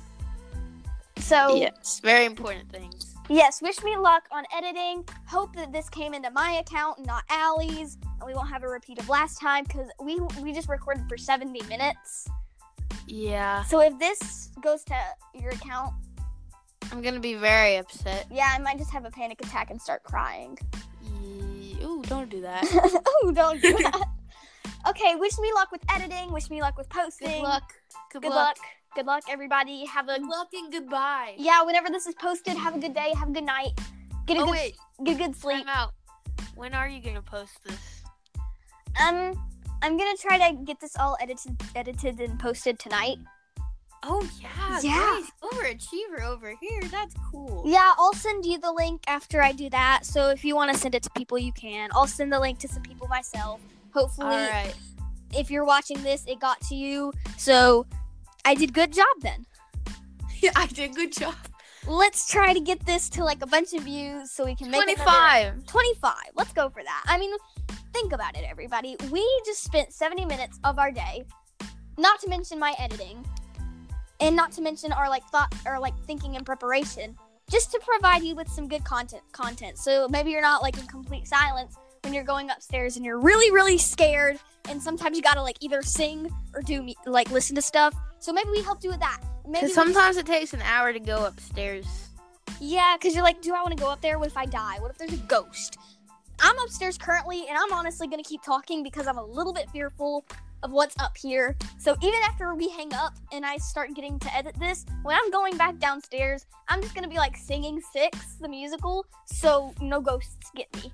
so
Yes, very important things.
yes wish me luck on editing hope that this came into my account and not Allie's and we won't have a repeat of last time because we we just recorded for 70 minutes
Yeah,
so if this goes to your account
I'm gonna be very upset.
yeah i might just have a panic attack and start crying
Ye- Ooh, don't do that.
oh, don't do that. okay, wish me luck with editing. Wish me luck with posting.
Good luck. Good,
Good
luck.
luck. Good luck, everybody. Have a
Good luck and goodbye.
yeah. Whenever this is posted, have a good day. Have a good night. Get a
Oh
good
wait,
get a good
time
sleep.
out. When are you gonna post this?
Um, I'm gonna try to get this all edited, edited and posted tonight.
Oh yeah,
Yeah.
Grace, overachiever over here. That's cool.
Yeah, I'll send you the link after I do that. So if you want to send it to people, you can. I'll send the link to some people myself. Hopefully,
All right.
if you're watching this, it got to you. So I did good job then.
Yeah, I did good job.
let's try to get this to like a bunch of views so we can make another-
25.
25 let's go for that i mean think about it everybody we just spent 70 minutes of our day not to mention my editing and not to mention our like thought or like thinking and preparation just to provide you with some good content content so maybe you're not like in complete silence when you're going upstairs and you're really really scared and sometimes you gotta like either sing or do me- like listen to stuff so maybe we helped you with that maybe
Because
we
sometimes it takes an hour to go upstairs.
yeah, because you're like, do I want to go up there? What if I die? What if there's a ghost? I'm upstairs currently, and I'm honestly going to keep talking because I'm a little bit fearful of what's up here. So even after we hang up and I start getting to edit this, when I'm going back downstairs, I'm just going to be like singing Six, the musical, so no ghosts get me.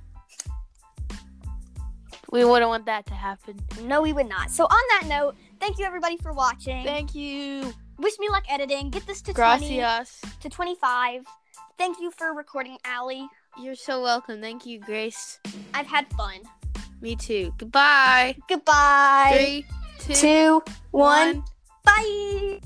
We wouldn't want that to happen.
No, we would not. So on that note, thank you everybody for watching.
Thank you.
Wish me luck editing. Get this to 20
Gracias.
to 25. Thank you for recording, Allie.
You're so welcome. Thank you, Grace.
I've had fun.
Me too. Goodbye.
Goodbye.
Three, two, one.
Two, one, bye.